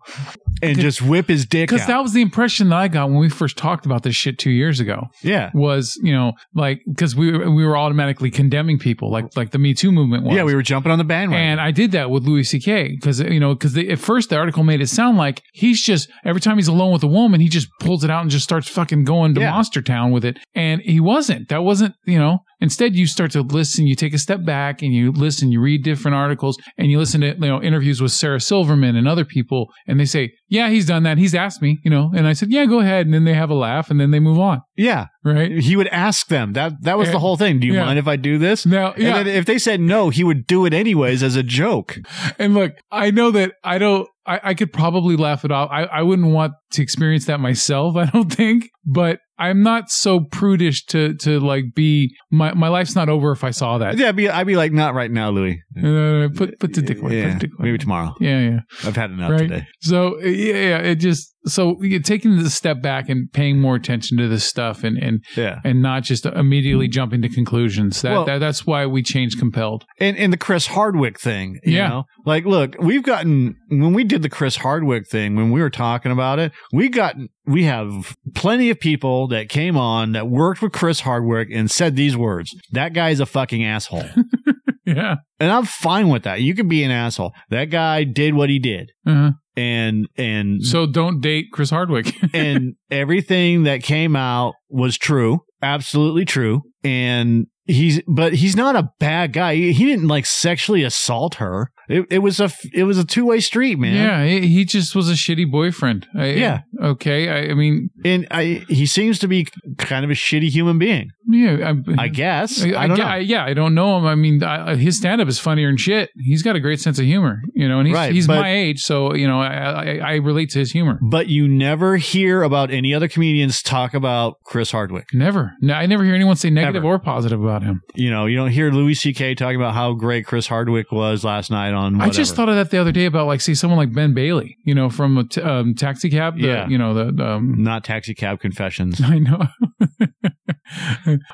Speaker 2: and just whip his dick
Speaker 1: because
Speaker 2: out.
Speaker 1: that was the impression that I got when we first talked about this shit two years ago.
Speaker 2: yeah,
Speaker 1: Was you know like because we were- we were automatically condemning people like like the Me Too movement was.
Speaker 2: yeah, we were jumping on the bandwagon.
Speaker 1: And I did that with Louis C.K. because you know because at first the article made it sound like he's just every time he's alone with a woman he just pulls it out and just starts fucking going to
Speaker 2: Yeah.
Speaker 1: Monster Town with it, and he wasn't. That wasn't you know. Instead, you start to listen. You take a step back and you listen. You read different articles and you listen to you know interviews with Sarah Silverman and other people, and they say, "Yeah, he's done that. He's asked me," you know. And I said, "Yeah, go ahead." And then they have a laugh and then they move on,
Speaker 2: yeah,
Speaker 1: right?
Speaker 2: he would ask them that. That was
Speaker 1: Yeah.
Speaker 2: the whole thing. Do you
Speaker 1: Yeah.
Speaker 2: mind if I do this?
Speaker 1: Now, yeah.
Speaker 2: And then if they said no, he would do it anyways as a joke.
Speaker 1: And look, I know that I don't. I, I could probably laugh it off. I, I wouldn't want to experience that myself. I don't think, but I'm not so prudish to to like be my my life's not over if I saw that.
Speaker 2: Yeah, I'd be, I'd be like, not right now, Louis.
Speaker 1: Uh, put put the dick away.
Speaker 2: Yeah,
Speaker 1: Put the dick away.
Speaker 2: maybe tomorrow.
Speaker 1: Yeah, yeah.
Speaker 2: I've had enough
Speaker 1: Right.
Speaker 2: today.
Speaker 1: So yeah, yeah, it just so you're taking the step back and paying more attention to this stuff and and
Speaker 2: Yeah.
Speaker 1: and not just immediately jumping to conclusions. That,
Speaker 2: Well-
Speaker 1: that that's why we changed compelled.
Speaker 2: and and the Chris Hardwick thing. You
Speaker 1: Yeah.
Speaker 2: Know? Like, look, we've gotten when we did the Chris Hardwick thing when we were talking about it, we got we have plenty of people that came on that worked with Chris Hardwick and said these words: "That guy's a fucking asshole."
Speaker 1: Yeah.
Speaker 2: and I'm fine with that. You can be an asshole. That guy did what he did,
Speaker 1: Uh-huh.
Speaker 2: and and
Speaker 1: So don't date Chris Hardwick.
Speaker 2: and everything that came out was true, absolutely true. And he's, but he's not a bad guy. He he didn't like sexually assault her. It, it was a, f- it was a two way street, man.
Speaker 1: Yeah, he, he just was a shitty boyfriend. I,
Speaker 2: Yeah.
Speaker 1: Okay. I, I mean,
Speaker 2: And I, he seems to be kind of a shitty human being,
Speaker 1: yeah.
Speaker 2: I guess. I, don't
Speaker 1: ge-
Speaker 2: know.
Speaker 1: I- yeah, I don't know him. I mean, I, I- his stand-up is funnier than shit. He's got a great sense of humor, you know, and he's,
Speaker 2: Right,
Speaker 1: he's
Speaker 2: but-
Speaker 1: my age, so you know, I, I, I relate to his humor.
Speaker 2: but you never hear about any other comedians talk about Chris Hardwick.
Speaker 1: Never, no, I never hear anyone say negative
Speaker 2: Ever.
Speaker 1: or positive about him.
Speaker 2: You know, you don't hear Louis C.K. talking about how great Chris Hardwick was last night on. Whatever.
Speaker 1: I just thought of that the other day about like, see, someone like Ben Bailey, you know, from a t- um, Taxi Cab, the,
Speaker 2: Yeah.
Speaker 1: you know, the, the um,
Speaker 2: not taxi cab confessions.
Speaker 1: I know,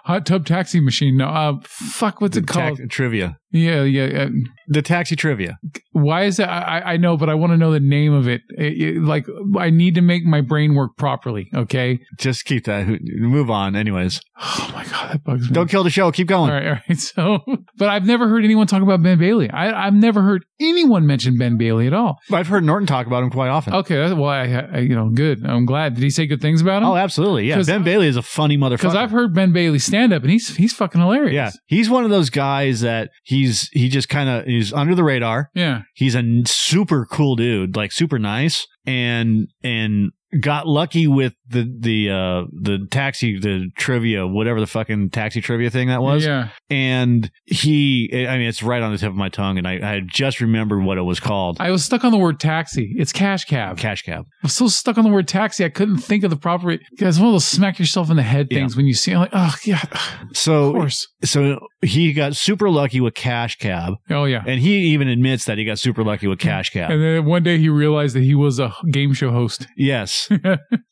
Speaker 1: hot tub taxi machine. No, uh, fuck, what's
Speaker 2: The
Speaker 1: it called?
Speaker 2: tax- trivia.
Speaker 1: yeah, yeah, uh,
Speaker 2: The taxi trivia.
Speaker 1: why is that? I, I- I know, but I want to know the name of it. It- it- Like, I need to make my brain work properly. Okay.
Speaker 2: just keep that. Move on, anyways.
Speaker 1: Oh my god, that bugs me.
Speaker 2: Don't kill the show. Keep
Speaker 1: all
Speaker 2: going.
Speaker 1: right, all right. So, but I've never heard anyone talk about Ben Bailey. I, I've never heard anyone mention Ben Bailey at all.
Speaker 2: I've heard Norton talk about him quite often.
Speaker 1: Okay, that's why I, I you know, good. I'm glad. Did he say good things about him?
Speaker 2: Oh, absolutely. Yeah,
Speaker 1: 'Cause
Speaker 2: Ben
Speaker 1: I-
Speaker 2: Bailey is a funny motherfucker.
Speaker 1: Because I've heard Ben Bailey stand up, and he's he's fucking hilarious.
Speaker 2: Yeah, he's one of those guys that he's he just kind of he's under the radar.
Speaker 1: yeah.
Speaker 2: He's a n- super cool dude, like super nice, and and got lucky with the the uh the taxi the trivia whatever the fucking taxi trivia thing that was.
Speaker 1: yeah.
Speaker 2: And he, I mean, it's right on the tip of my tongue, and I, I just remembered what it was called.
Speaker 1: I was stuck on the word taxi. It's cash cab.
Speaker 2: Cash cab.
Speaker 1: I'm so stuck on the word taxi, I couldn't think of the proper. It's one of those smack yourself in the head
Speaker 2: Yeah.
Speaker 1: things when you see. it. like, oh yeah, of
Speaker 2: So
Speaker 1: course.
Speaker 2: so he got super lucky with Cash Cab,
Speaker 1: Oh yeah.
Speaker 2: and he even admits that he got super lucky with Cash Cab.
Speaker 1: And then one day he realized that he was a game show host.
Speaker 2: Yes,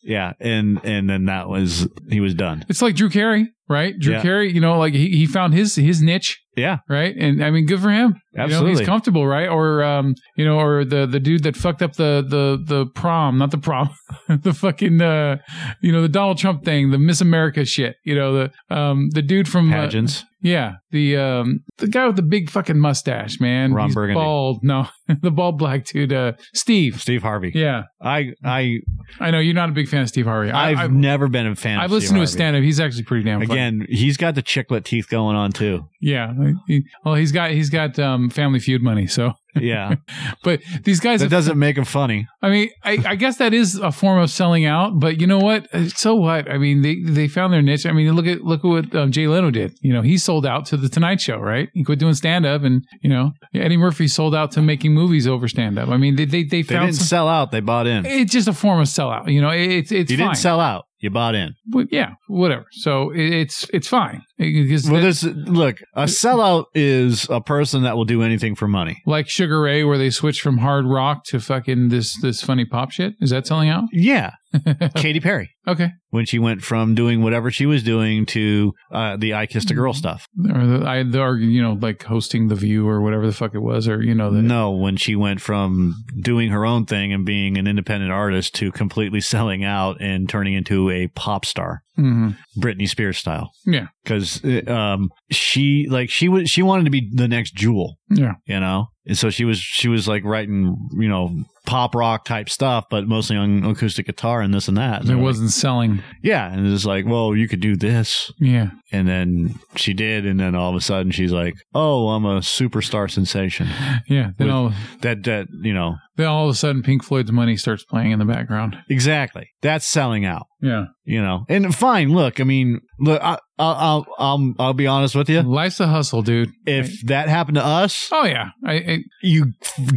Speaker 2: yeah, and and then that was he was done.
Speaker 1: It's like Drew Carey, right? Drew
Speaker 2: Yeah.
Speaker 1: Carey, you know, like he, he found his his niche,
Speaker 2: Yeah,
Speaker 1: right? And I mean, good for him. You know,
Speaker 2: Absolutely.
Speaker 1: he's comfortable, right? Or um, you know, or the the dude that fucked up the the the prom, not the prom, the fucking uh, you know, the Donald Trump thing, the Miss America shit. You know, the um, the dude from uh,
Speaker 2: pageants.
Speaker 1: Yeah, the um the guy with the big fucking mustache, man.
Speaker 2: Ron
Speaker 1: He's
Speaker 2: Burgundy.
Speaker 1: bald. No, the bald black dude, uh, Steve.
Speaker 2: Steve Harvey.
Speaker 1: Yeah,
Speaker 2: I I
Speaker 1: I know you're not a big fan of Steve Harvey. I,
Speaker 2: I've
Speaker 1: I've,
Speaker 2: never been a fan.
Speaker 1: I've
Speaker 2: of
Speaker 1: listened
Speaker 2: Steve
Speaker 1: to his
Speaker 2: Harvey.
Speaker 1: stand up. He's actually pretty damn funny.
Speaker 2: Again, he's got the chiclet teeth going on too.
Speaker 1: Yeah. He- well, he's got he's got um, Family Feud money. So,
Speaker 2: Yeah,
Speaker 1: but these guys,
Speaker 2: that doesn't make him funny.
Speaker 1: I mean, I, I guess that is a form of selling out. But you know what? Uh, So what? I mean, they they found their niche. I mean, look at look at what um, Jay Leno did. You know, he sold out to the Tonight Show, right? He quit doing stand up, and you know, Eddie Murphy sold out to making movies over stand up. I mean, they they, they
Speaker 2: They
Speaker 1: found
Speaker 2: didn't
Speaker 1: some-
Speaker 2: sell out. They bought in.
Speaker 1: it's just a form of sellout. You know, it, it's it's
Speaker 2: You
Speaker 1: fine.
Speaker 2: didn't sell out. You bought in.
Speaker 1: Well, yeah, whatever. So it, it's it's fine. It- it's-
Speaker 2: Well, this look, a sellout is a person that will do anything for money.
Speaker 1: like Sugar Ray, where they switched from hard rock to fucking this this funny pop shit. Is that selling out?
Speaker 2: Yeah, Katy Perry
Speaker 1: Okay,
Speaker 2: when she went from doing whatever she was doing to uh, the I Kissed
Speaker 1: Mm-hmm.
Speaker 2: a Girl stuff.
Speaker 1: or the, I the or, you know like hosting the View or whatever the fuck it was, or you know the
Speaker 2: No, when she went from doing her own thing and being an independent artist to completely selling out and turning into a pop star.
Speaker 1: Mhm.
Speaker 2: Britney Spears style.
Speaker 1: Yeah.
Speaker 2: because um, she like she was she wanted to be the next Jewel.
Speaker 1: Yeah.
Speaker 2: you know, and so she was she was like writing you know pop rock type stuff, but mostly on acoustic guitar and this and that. And
Speaker 1: it
Speaker 2: they're like,
Speaker 1: wasn't selling.
Speaker 2: yeah, and it's like, well, you could do this,
Speaker 1: Yeah,
Speaker 2: and then she did, and then all of a sudden she's like, oh, I'm a superstar sensation.
Speaker 1: yeah. Then
Speaker 2: With-
Speaker 1: all
Speaker 2: That that you know
Speaker 1: then all of a sudden Pink Floyd's Money starts playing in the background.
Speaker 2: exactly that's selling out.
Speaker 1: Yeah,
Speaker 2: You know, and fine. Look, I mean, look, I, I'll, I'll, I'll, I'll be honest with you.
Speaker 1: life's a hustle, dude.
Speaker 2: If that happened to us,
Speaker 1: Oh yeah, I, I
Speaker 2: you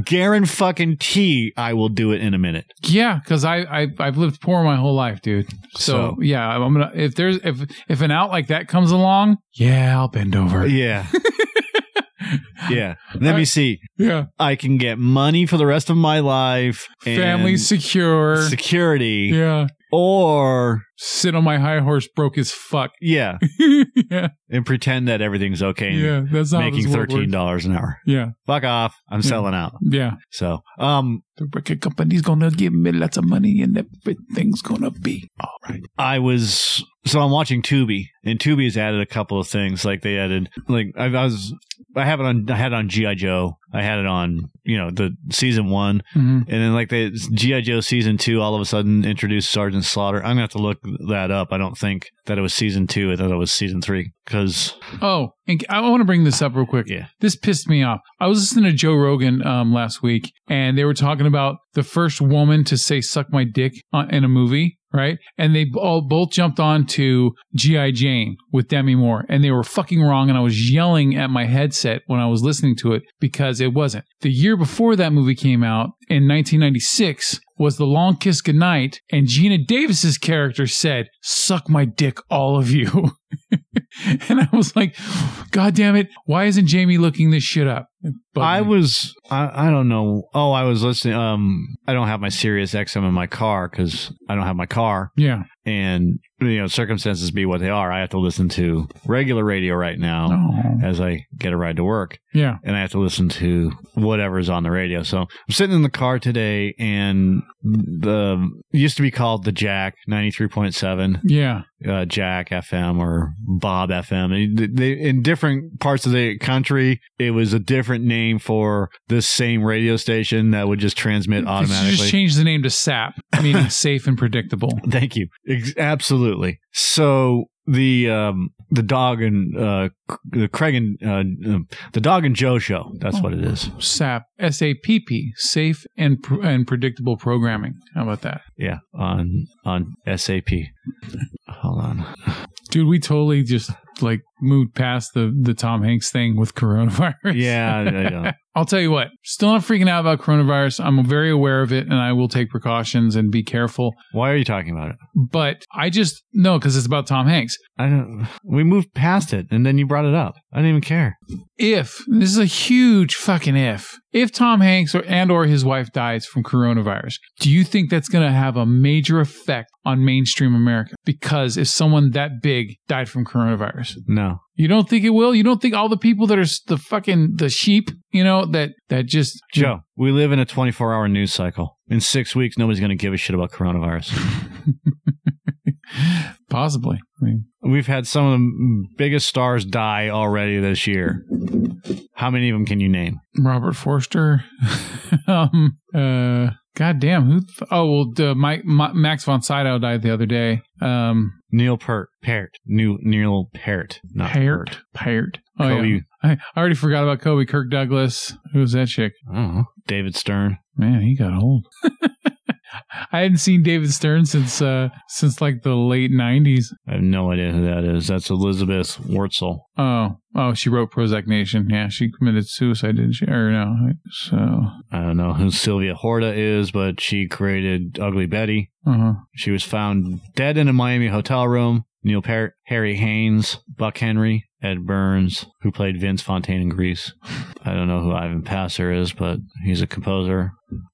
Speaker 2: guarantee fucking T I will do it in a minute.
Speaker 1: yeah, because I, I I've lived poor my whole life, dude. So,
Speaker 2: So-
Speaker 1: yeah, I'm gonna if there's if if an out like that comes along, yeah, I'll bend over.
Speaker 2: Yeah. yeah. Let me see.
Speaker 1: Yeah,
Speaker 2: I can get money for the rest of my life. and
Speaker 1: family secure.
Speaker 2: security.
Speaker 1: yeah.
Speaker 2: Or
Speaker 1: sit on my high horse broke as fuck.
Speaker 2: yeah.
Speaker 1: yeah,
Speaker 2: And pretend that everything's okay. and
Speaker 1: yeah, that's not
Speaker 2: Making
Speaker 1: this world
Speaker 2: thirteen
Speaker 1: works.
Speaker 2: dollars an hour.
Speaker 1: Yeah,
Speaker 2: Fuck off.
Speaker 1: Hmm.
Speaker 2: I'm selling out.
Speaker 1: yeah.
Speaker 2: So um
Speaker 1: The record company's gonna give me lots of money, and everything's gonna be all right.
Speaker 2: I was so I'm watching Tubi, and Tubi's added a couple of things. Like they added, like I, I was, I have it on, I had it on GI Joe, I had it on, you know, the season one,
Speaker 1: Mm-hmm.
Speaker 2: and then like the GI Joe season two, all of a sudden introduced Sergeant Slaughter. I'm gonna have to look that up. I don't think that it was season two. I thought it was season three because
Speaker 1: Oh, and I want to bring this up real quick.
Speaker 2: Yeah.
Speaker 1: This pissed me off. I was listening to Joe Rogan um, last week, and they were talking about the first woman to say "suck my dick" on, in a movie, right? And they all both jumped on to GI Jane with Demi Moore, and they were fucking wrong. And I was yelling at my headset when I was listening to it because it wasn't. The year before that movie came out in 1996 was The Long Kiss Goodnight, and Gina Davis's character said, "Suck my dick, all of you." and I was like, God damn it. Why isn't Jamie looking this shit up? But
Speaker 2: I was, I, I don't know. Oh, I was listening. Um, I don't have my Sirius XM in my car because I don't have my car.
Speaker 1: Yeah.
Speaker 2: and you know circumstances be what they are i have to listen to regular radio right now
Speaker 1: Oh.
Speaker 2: as i get a ride to work
Speaker 1: Yeah.
Speaker 2: and i have to listen to whatever's on the radio so i'm sitting in the car today and the used to be called the jack 93.7
Speaker 1: Yeah.
Speaker 2: uh, jack fm or bob fm and they, in different parts of the country it was a different name for this same radio station that would just transmit
Speaker 1: You should
Speaker 2: automatically
Speaker 1: just change the name to SAP, meaning safe and predictable.
Speaker 2: Thank you. Ex- absolutely. So the um the dog and uh C- the Craig and uh, um, the dog and Joe show. That's what it is.
Speaker 1: SAP, S A P P, safe and pr- and predictable programming. How about that?
Speaker 2: Yeah, on on SAP. Hold on.
Speaker 1: Dude, we totally just like moved past the, the Tom Hanks thing with coronavirus.
Speaker 2: Yeah, I know.
Speaker 1: I'll tell you what, still not freaking out about coronavirus. I'm very aware of it and I will take precautions and be careful.
Speaker 2: Why are you talking about it?
Speaker 1: But I just, no, because it's about Tom Hanks.
Speaker 2: I don't. We moved past it, and then you brought it up. I didn't even care.
Speaker 1: if this is a huge fucking if if tom hanks or and or his wife dies from coronavirus do you think that's going to have a major effect on mainstream america because if someone that big died from coronavirus
Speaker 2: No.
Speaker 1: you don't think it will you don't think all the people that are s- the fucking the sheep you know that that just
Speaker 2: Joe, we live in a 24 hour news cycle. In six weeks, nobody's going to give a shit about coronavirus.
Speaker 1: possibly I mean,
Speaker 2: We've had some of the biggest stars die already this year. How many of them can you name?
Speaker 1: robert forster um uh god damn who th- oh well the, mike Ma- max von sydow died the other day um
Speaker 2: Neil Pert, Pert, New Neil Pert, not Pert.
Speaker 1: Paired. Paired. Oh, yeah.
Speaker 2: Kobe-
Speaker 1: I, I already forgot about Kobe Kirk Douglas. Who's that chick?
Speaker 2: I don't know. David Stern.
Speaker 1: Man, he got old. I hadn't seen David Stern since uh since like the late nineties.
Speaker 2: I have no idea who that is. That's Elizabeth Wurtzel.
Speaker 1: Oh, Oh, she wrote Prozac Nation. Yeah, she committed suicide, didn't she? Or no? So,
Speaker 2: I don't know who Sylvia Horta is, but she created Ugly Betty.
Speaker 1: uh-huh.
Speaker 2: She was found dead in a Miami hotel room. Neil Peart, Harry Haynes, Buck Henry, Ed Burns, who played Vince Fontaine in Grease. I don't know who Ivan Passer is, but he's a composer.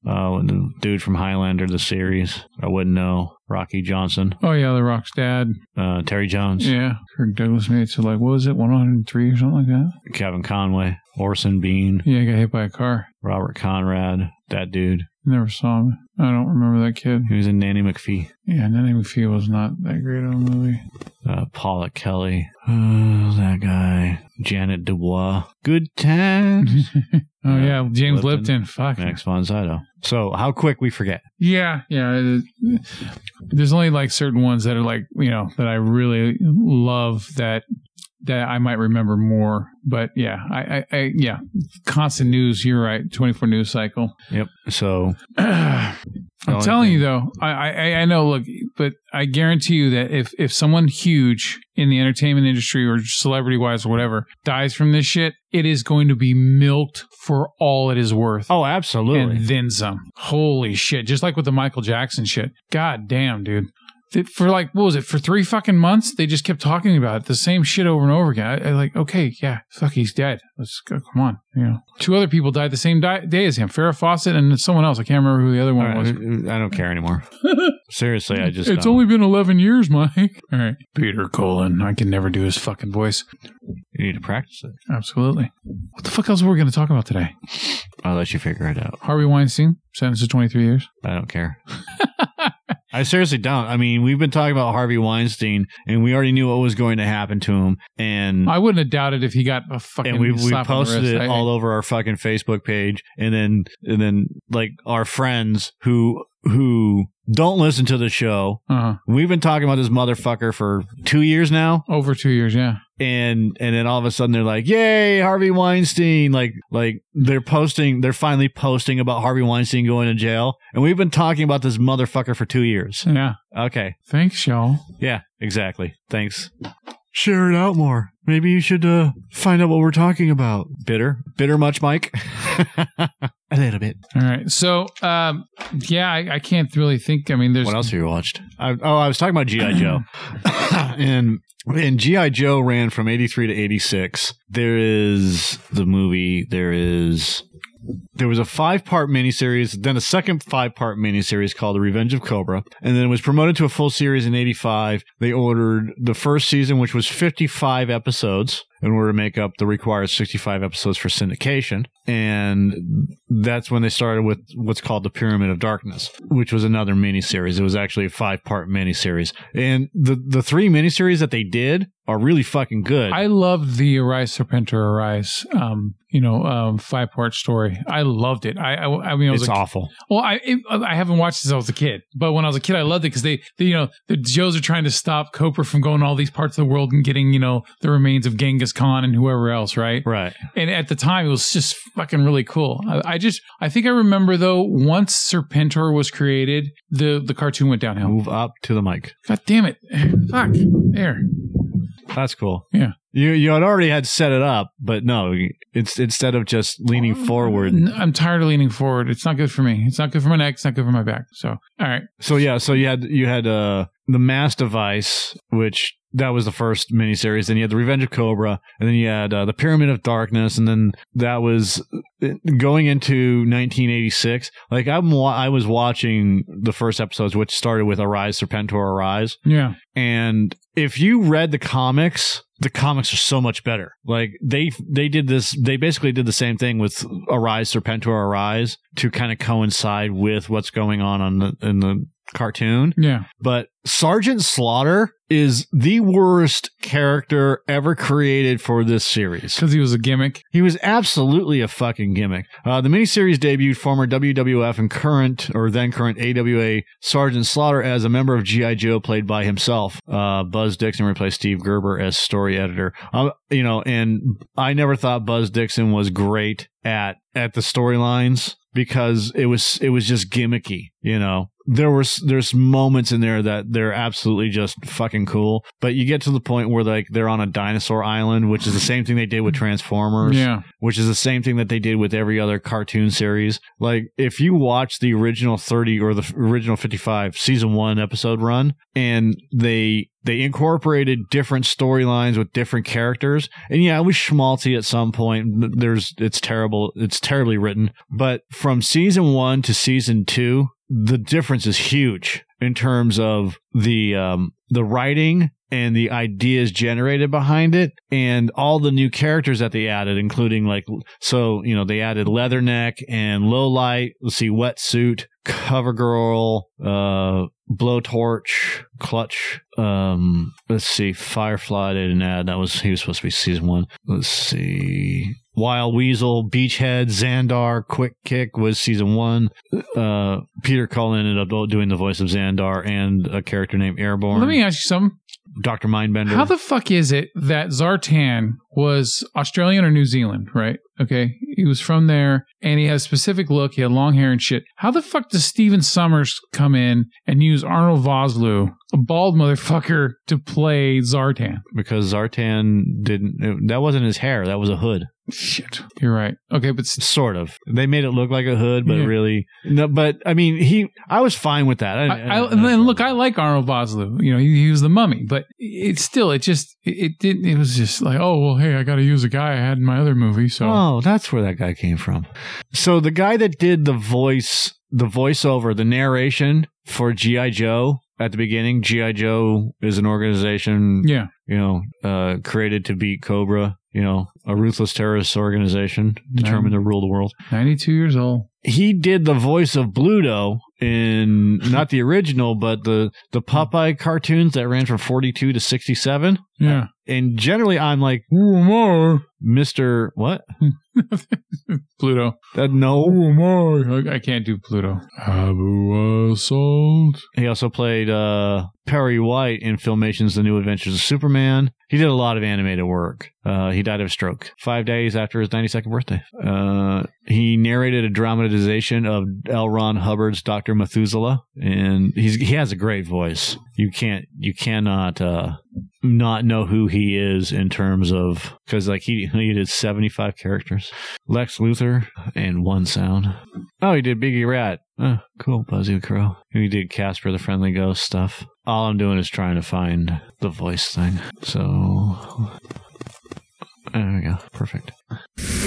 Speaker 2: Uh, the dude from Highlander, the series. I wouldn't know. Rocky Johnson,
Speaker 1: oh yeah, The Rock's dad.
Speaker 2: uh, Terry Jones,
Speaker 1: Yeah, Kirk Douglas made it to like what was it, one hundred and three or something like that.
Speaker 2: Kevin Conway, Orson Bean,
Speaker 1: Yeah, he got hit by a car.
Speaker 2: Robert Conrad, that dude.
Speaker 1: Never saw him. I don't remember that kid.
Speaker 2: He was in Nanny McPhee.
Speaker 1: Yeah, Nanny McPhee was not that great of a movie.
Speaker 2: uh, Paula Kelly, uh, that guy, Janet Dubois, Good Times,
Speaker 1: Oh
Speaker 2: Uh,
Speaker 1: yeah, James Lipton.
Speaker 2: Lipton.
Speaker 1: Fuck.
Speaker 2: Max von Sydow. So how quick we forget?
Speaker 1: Yeah, yeah. it is- There's only like certain ones that are like you know that I really love that that I might remember more. But yeah, I, I, I yeah, constant news. You're right. 24 news cycle.
Speaker 2: Yep. So
Speaker 1: I'm
Speaker 2: Only
Speaker 1: telling
Speaker 2: thing-
Speaker 1: you though, I, I I- I know. Look, but I guarantee you that if if someone huge in the entertainment industry or celebrity wise or whatever dies from this shit, it is going to be milked for all it is worth.
Speaker 2: oh, absolutely.
Speaker 1: And then some. Holy shit. Just like with the Michael Jackson shit. God damn, dude. Th- For like, what was it? For three fucking months, they just kept talking about it, the same shit over and over again. I, I like, okay, yeah, fuck, he's dead. Let's go. Come on, you know. Two other people died the same di- day as him: Farrah Fawcett and someone else. I can't remember who the other
Speaker 2: All
Speaker 1: one
Speaker 2: right,
Speaker 1: was.
Speaker 2: I don't care anymore. Seriously, I just
Speaker 1: it's
Speaker 2: don't.
Speaker 1: only been eleven years, Mike. All right, Peter Cullen. I can never do his fucking voice.
Speaker 2: you need to practice it.
Speaker 1: Absolutely. What the fuck else were we going to talk about today?
Speaker 2: I'll let you figure it out.
Speaker 1: Harvey Weinstein sentenced to twenty three years.
Speaker 2: I don't care. I seriously don't. I mean, we've been talking about Harvey Weinstein, and we already knew what was going to happen to him, and
Speaker 1: I wouldn't have doubted if he got a fucking.
Speaker 2: and we we
Speaker 1: slap on the
Speaker 2: posted
Speaker 1: wrist.
Speaker 2: it
Speaker 1: I-
Speaker 2: all over our fucking Facebook page, and then and then like our friends who who don't listen to the show.
Speaker 1: Uh-huh.
Speaker 2: We've been talking about this motherfucker for two years now,
Speaker 1: Over two years, yeah.
Speaker 2: and and then all of a sudden they're like, "Yay, Harvey Weinstein!" Like like they're posting, they're finally posting about Harvey Weinstein going to jail, and we've been talking about this motherfucker for two years.
Speaker 1: Yeah.
Speaker 2: Okay,
Speaker 1: Thanks, y'all.
Speaker 2: yeah, exactly. Thanks. Share it out more. Maybe you should uh, find out what we're talking about. Bitter? Bitter much, Mike? A little bit.
Speaker 1: All right. So, um, yeah, I, I can't really think. I mean, there's.
Speaker 2: What else have you watched? I, oh, I was talking about G.I. Joe. and and G.I. Joe ran from 83 to 86. There is the movie, there is. There was a five part miniseries, then a second five part miniseries called The Revenge of Cobra, and then it was promoted to a full series in 85. They ordered the first season, which was 55 episodes, in order to make up the required 65 episodes for syndication. And that's when they started with what's called the Pyramid of Darkness, which was another miniseries. It was actually a five part miniseries. And the, the three miniseries that they did are really fucking good.
Speaker 1: I loved the Arise Serpenter Arise, um, you know, um, five part story. I loved it. I, I, I mean, I was
Speaker 2: it's
Speaker 1: a-
Speaker 2: awful.
Speaker 1: well, I, it, I haven't watched since I was a kid, but when I was a kid, I loved it because they, they, you know, the Joes are trying to stop Copra from going to all these parts of the world and getting, you know, the remains of Genghis Khan and whoever else, right?
Speaker 2: Right.
Speaker 1: and at the time it was just fucking really cool. I, I just I think I remember though once Serpentor was created, the the cartoon went downhill.
Speaker 2: Move up to the mic.
Speaker 1: God damn it! Fuck there.
Speaker 2: That's cool.
Speaker 1: Yeah.
Speaker 2: You you had already had set it up, but no, it's instead of just leaning
Speaker 1: Oh,
Speaker 2: forward.
Speaker 1: N- I'm tired of leaning forward. It's not good for me. It's not good for my neck. It's not good for my back. So all right,
Speaker 2: So yeah, so you had you had uh the mass device, which that was the first miniseries. Then you had the Revenge of Cobra, and then you had uh, the Pyramid of Darkness, and then that was uh, going into 1986. Like I'm, wa- I was watching the first episodes, which started with Arise, Serpentor, Arise.
Speaker 1: yeah,
Speaker 2: and if you read the comics the comics are so much better like they they did this they basically did the same thing with arise serpentor arise to kind of coincide with what's going on on the, in the cartoon
Speaker 1: yeah.
Speaker 2: but sergeant slaughter is the worst character ever created for this series
Speaker 1: Because he was a gimmick.
Speaker 2: he was absolutely a fucking gimmick. Uh, the miniseries debuted former WWF and current, or then current AWA Sergeant Slaughter as a member of G.I. Joe, played by himself. Uh, Buzz Dixon replaced Steve Gerber as story editor. Um, you know, and I never thought Buzz Dixon was great at at the storylines because it was it was just gimmicky. You know, there was there's moments in there that they're absolutely just fucking cool. But you get to the point where like they're on a dinosaur island, which is the same thing they did with Transformers,
Speaker 1: Yeah.
Speaker 2: which is the same thing that they did with every other cartoon series. Like if you watch the original 30 or the f- original 55 season 1 episode run and they they incorporated different storylines with different characters. And yeah, it was schmaltzy at some point. There's it's terrible. It's terribly written. But from season 1 to season 2, the difference is huge in terms of the um, the writing and the ideas generated behind it and all the new characters that they added including like so you know they added leatherneck and low light let's see wetsuit cover girl uh blowtorch clutch um let's see firefly they didn't add that was he was supposed to be season one let's see wild weasel beachhead xandar quick kick was season one uh, Peter Cullen ended up doing the voice of Xandar and a character named Airborne.
Speaker 1: Let me ask you something.
Speaker 2: Dr. Mindbender.
Speaker 1: How the fuck is it that Zartan was Australian or New Zealand, right? Okay. He was from there and he had a specific look. He had long hair and shit. How the fuck does Steven Summers come in and use Arnold Vosloo, a bald motherfucker, to play Zartan?
Speaker 2: because Zartan didn't. it- that wasn't his hair. That was a hood.
Speaker 1: Shit. You're right. Okay. But s-
Speaker 2: Sort of. They made it look like a hood, but
Speaker 1: Yeah.
Speaker 2: really. No, but I mean, he. I was fine with that. I,
Speaker 1: I, I, and then look, I like Arnold Vosloo. You know, he, he was the mummy, but it's still, it just, it, it didn't, it was just like, oh, well, hey, I got to use a guy I had in my other movie. So,
Speaker 2: Oh, that's where that guy came from. So the guy that did the voice, the voiceover, the narration for G.I. Joe at the beginning, G.I. Joe is an organization
Speaker 1: yeah.
Speaker 2: you know, uh, created to beat Cobra, you know, a ruthless terrorist organization determined to rule the world.
Speaker 1: 92 years old.
Speaker 2: He did the voice of Bluto in not the original, but the, the Popeye cartoons that ran from 42 to 67.
Speaker 1: Yeah.
Speaker 2: And generally, I'm like, Mr. What?
Speaker 1: Pluto.
Speaker 2: Uh, no.
Speaker 1: Oh my! I, I can't do Pluto. Abu Assault.
Speaker 2: He also played uh, Perry White in Filmation's The New Adventures of Superman. He did a lot of animated work. Uh, he died of a stroke five days after his 92nd birthday. Uh, he narrated a dramatization of L. Ron Hubbard's Dr. Methuselah, and he's, he has a great voice. You can't, you cannot uh, not know who he is in terms of because like he he did 75 characters, Lex Luthor and one sound. Oh, he did Biggie Rat. Oh, cool, Buzzy the Crow. He did Casper the Friendly Ghost stuff. All I'm doing is trying to find the voice thing. So. There we go. Perfect.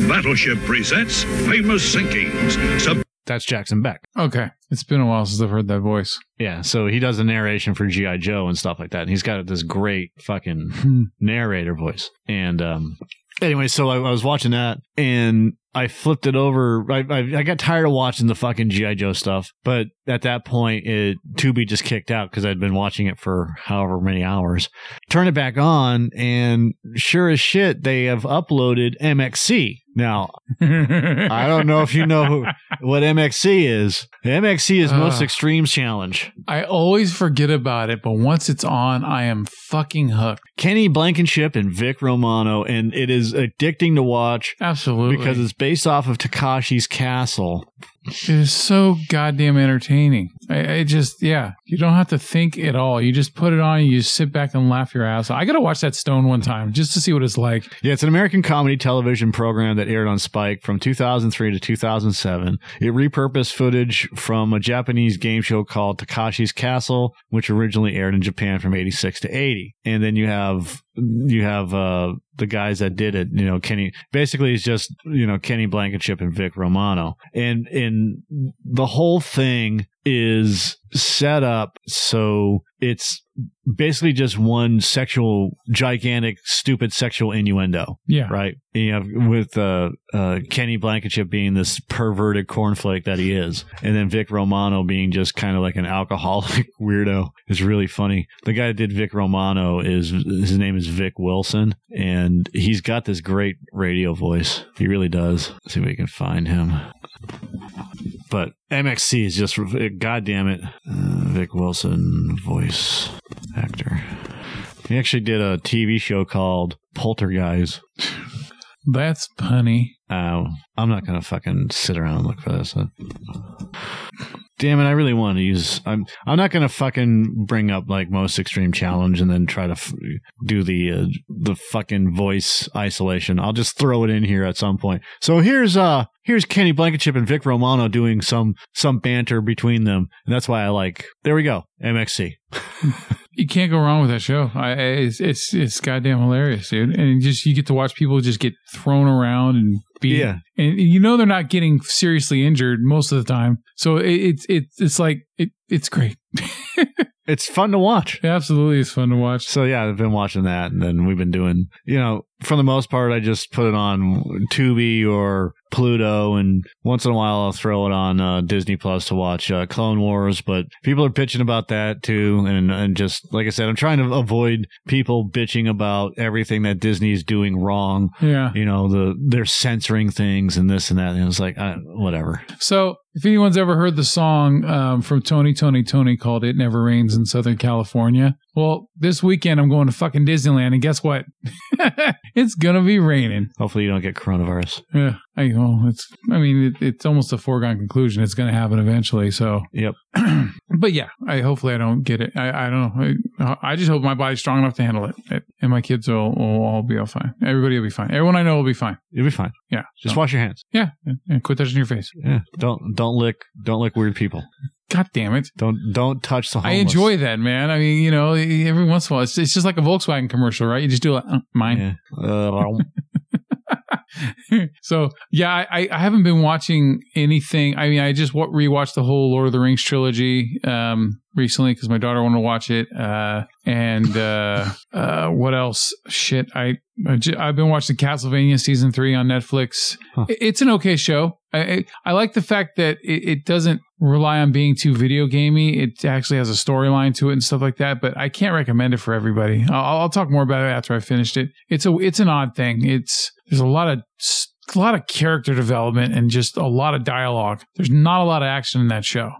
Speaker 3: Battleship presents famous sinkings. Sub-
Speaker 2: That's Jackson Beck.
Speaker 1: Okay, it's been a while since I've heard that voice.
Speaker 2: Yeah, so he does the narration for G.I. Joe and stuff like that. And he's got this great fucking
Speaker 1: Hmm.
Speaker 2: narrator voice. And um, anyway, so I, I was watching that and I flipped it over. I, I, I got tired of watching the fucking G.I. Joe stuff. But at that point, it Tubi just kicked out because I'd been watching it for however many hours. Turn it back on, and sure as shit, they have uploaded MXC. Now, I don't know if you know who, what MXC is. MXC is Most
Speaker 1: Ah.
Speaker 2: Extreme Challenge.
Speaker 1: I always forget about it, but once it's on, I am fucking hooked.
Speaker 2: Kenny Blankenship and Vic Romano, and it is addicting to watch
Speaker 1: Absolutely,
Speaker 2: because it's based off of Takashi's Castle.
Speaker 1: it is so goddamn entertaining. I, I just, yeah, you don't have to think at all. You just put it on, you just sit back and laugh your ass. off. I gotta watch that Stone one time just to see what it's like.
Speaker 2: Yeah, it's an American comedy television program that aired on Spike from 2003 to 2007. It repurposed footage from a Japanese game show called Takashi's Castle, which originally aired in Japan from 86 to 80. And then you have you have uh, the guys that did it. You know, Kenny. Basically, it's just you know Kenny Blankenship and Vic Romano, and and the whole thing is set up so it's basically just one sexual gigantic stupid sexual innuendo
Speaker 1: Yeah,
Speaker 2: right and you have with uh, uh, kenny blankenship being this perverted cornflake that he is and then vic romano being just kind of like an alcoholic weirdo is really funny the guy that did vic romano is his name is vic wilson and he's got this great radio voice he really does Let's see if we can find him but mxc is just god damn it uh, vic wilson voice actor he actually did a tv show called poltergeist
Speaker 1: that's punny.
Speaker 2: uh, I'm not gonna fucking sit around and look for this. Damn it! I really want to use. I'm. I'm not gonna fucking bring up like most extreme challenge and then try to f- do the uh, the fucking voice isolation. I'll just throw it in here at some point. So here's uh here's Kenny Blankenship and Vic Romano doing some some banter between them, and that's why I like. There we go. MXC.
Speaker 1: You can't go wrong with that show. I, I- it's, it's it's goddamn hilarious, dude. And just you get to watch people just get thrown around and beat,
Speaker 2: Yeah.
Speaker 1: and you know they're not getting seriously injured most of the time. So it, it's it's it's like it, it's great.
Speaker 2: It's fun to watch.
Speaker 1: It absolutely, is fun to watch.
Speaker 2: So yeah, I've been watching that, and then we've been doing, you know, for the most part, I just put it on Tubi or Pluto, and once in a while I'll throw it on uh, Disney Plus to watch uh, Clone Wars. But people are bitching about that too, and and just like I said, I'm trying to avoid people bitching about everything that Disney's doing wrong.
Speaker 1: Yeah.
Speaker 2: You know, the they're censoring things and this and that, and it's like uh, whatever.
Speaker 1: So, if anyone's ever heard the song um, from Tony, Tony, Tony called It Never Rains in Southern California, well, this weekend I'm going to fucking Disneyland, and guess what? it's going to be raining.
Speaker 2: Hopefully, you don't get coronavirus.
Speaker 1: Yeah. I, well, it's, I mean, it, it's almost a foregone conclusion. It's going to happen eventually. So,
Speaker 2: Yep.
Speaker 1: but yeah, I hopefully I don't get it. I, I don't know. I, I just hope my body's strong enough to handle it. It- and my kids will, will all be all fine. Everybody will be fine. Everyone I know will be fine.
Speaker 2: You'll be fine.
Speaker 1: Yeah.
Speaker 2: Just
Speaker 1: So,
Speaker 2: wash your hands.
Speaker 1: Yeah. And quit touching your face.
Speaker 2: Yeah. Don't don't lick don't lick weird people.
Speaker 1: God damn it.
Speaker 2: Don't don't touch the
Speaker 1: I
Speaker 2: homeless.
Speaker 1: enjoy that, man. I mean, you know, every once in a while, it's, it's just like a Volkswagen commercial, right? You just do like, uh, mine.
Speaker 2: Yeah. Uh,
Speaker 1: so, yeah, I, I- I haven't been watching anything. I mean, I just wa- rewatched the whole Lord of the Rings trilogy um, recently because my daughter wanted to watch it. Uh, and uh, uh, what else? Shit, I I ju- I've been watching Castlevania season three on Netflix.
Speaker 2: Huh.
Speaker 1: I- It's an okay show. I, I, I like the fact that it, it doesn't rely on being too video gamey. It actually has a storyline to it and stuff like that. But I can't recommend it for everybody. I'll, I'll talk more about it after I finished it. It's a it's an odd thing. It's there's a lot of s- a lot of character development and just a lot of dialogue. There's not a lot of action in that show.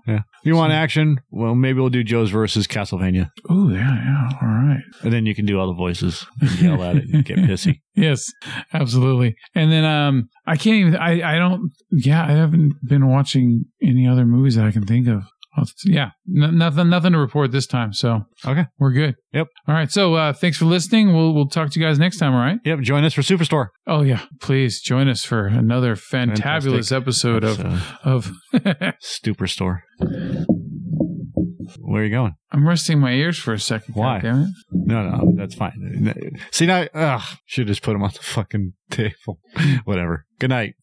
Speaker 2: you want action? Well, maybe we'll do Joe's versus Castlevania,
Speaker 1: Oh yeah, yeah. All right.
Speaker 2: and then you can do all the voices, and yell at it, and get pissy.
Speaker 1: Yes, absolutely. And then um I can't even I I don't yeah, I haven't been watching any other movies that I can think of. I'll- Yeah, n- nothing nothing to report this time, so
Speaker 2: Okay.
Speaker 1: We're good.
Speaker 2: Yep.
Speaker 1: All right. So, uh thanks for listening. We'll we'll talk to you guys next time, all right?
Speaker 2: Yep. Join us for Superstore.
Speaker 1: Oh yeah, please join us for another fantabulous
Speaker 2: Fantastic
Speaker 1: episode of of
Speaker 2: uh, Superstore. Where are you going?
Speaker 1: I'm resting my ears for a second.
Speaker 2: Why?
Speaker 1: God damn it.
Speaker 2: No, no, that's fine. See, now, ugh, should just put him on the fucking table. Whatever. Good night.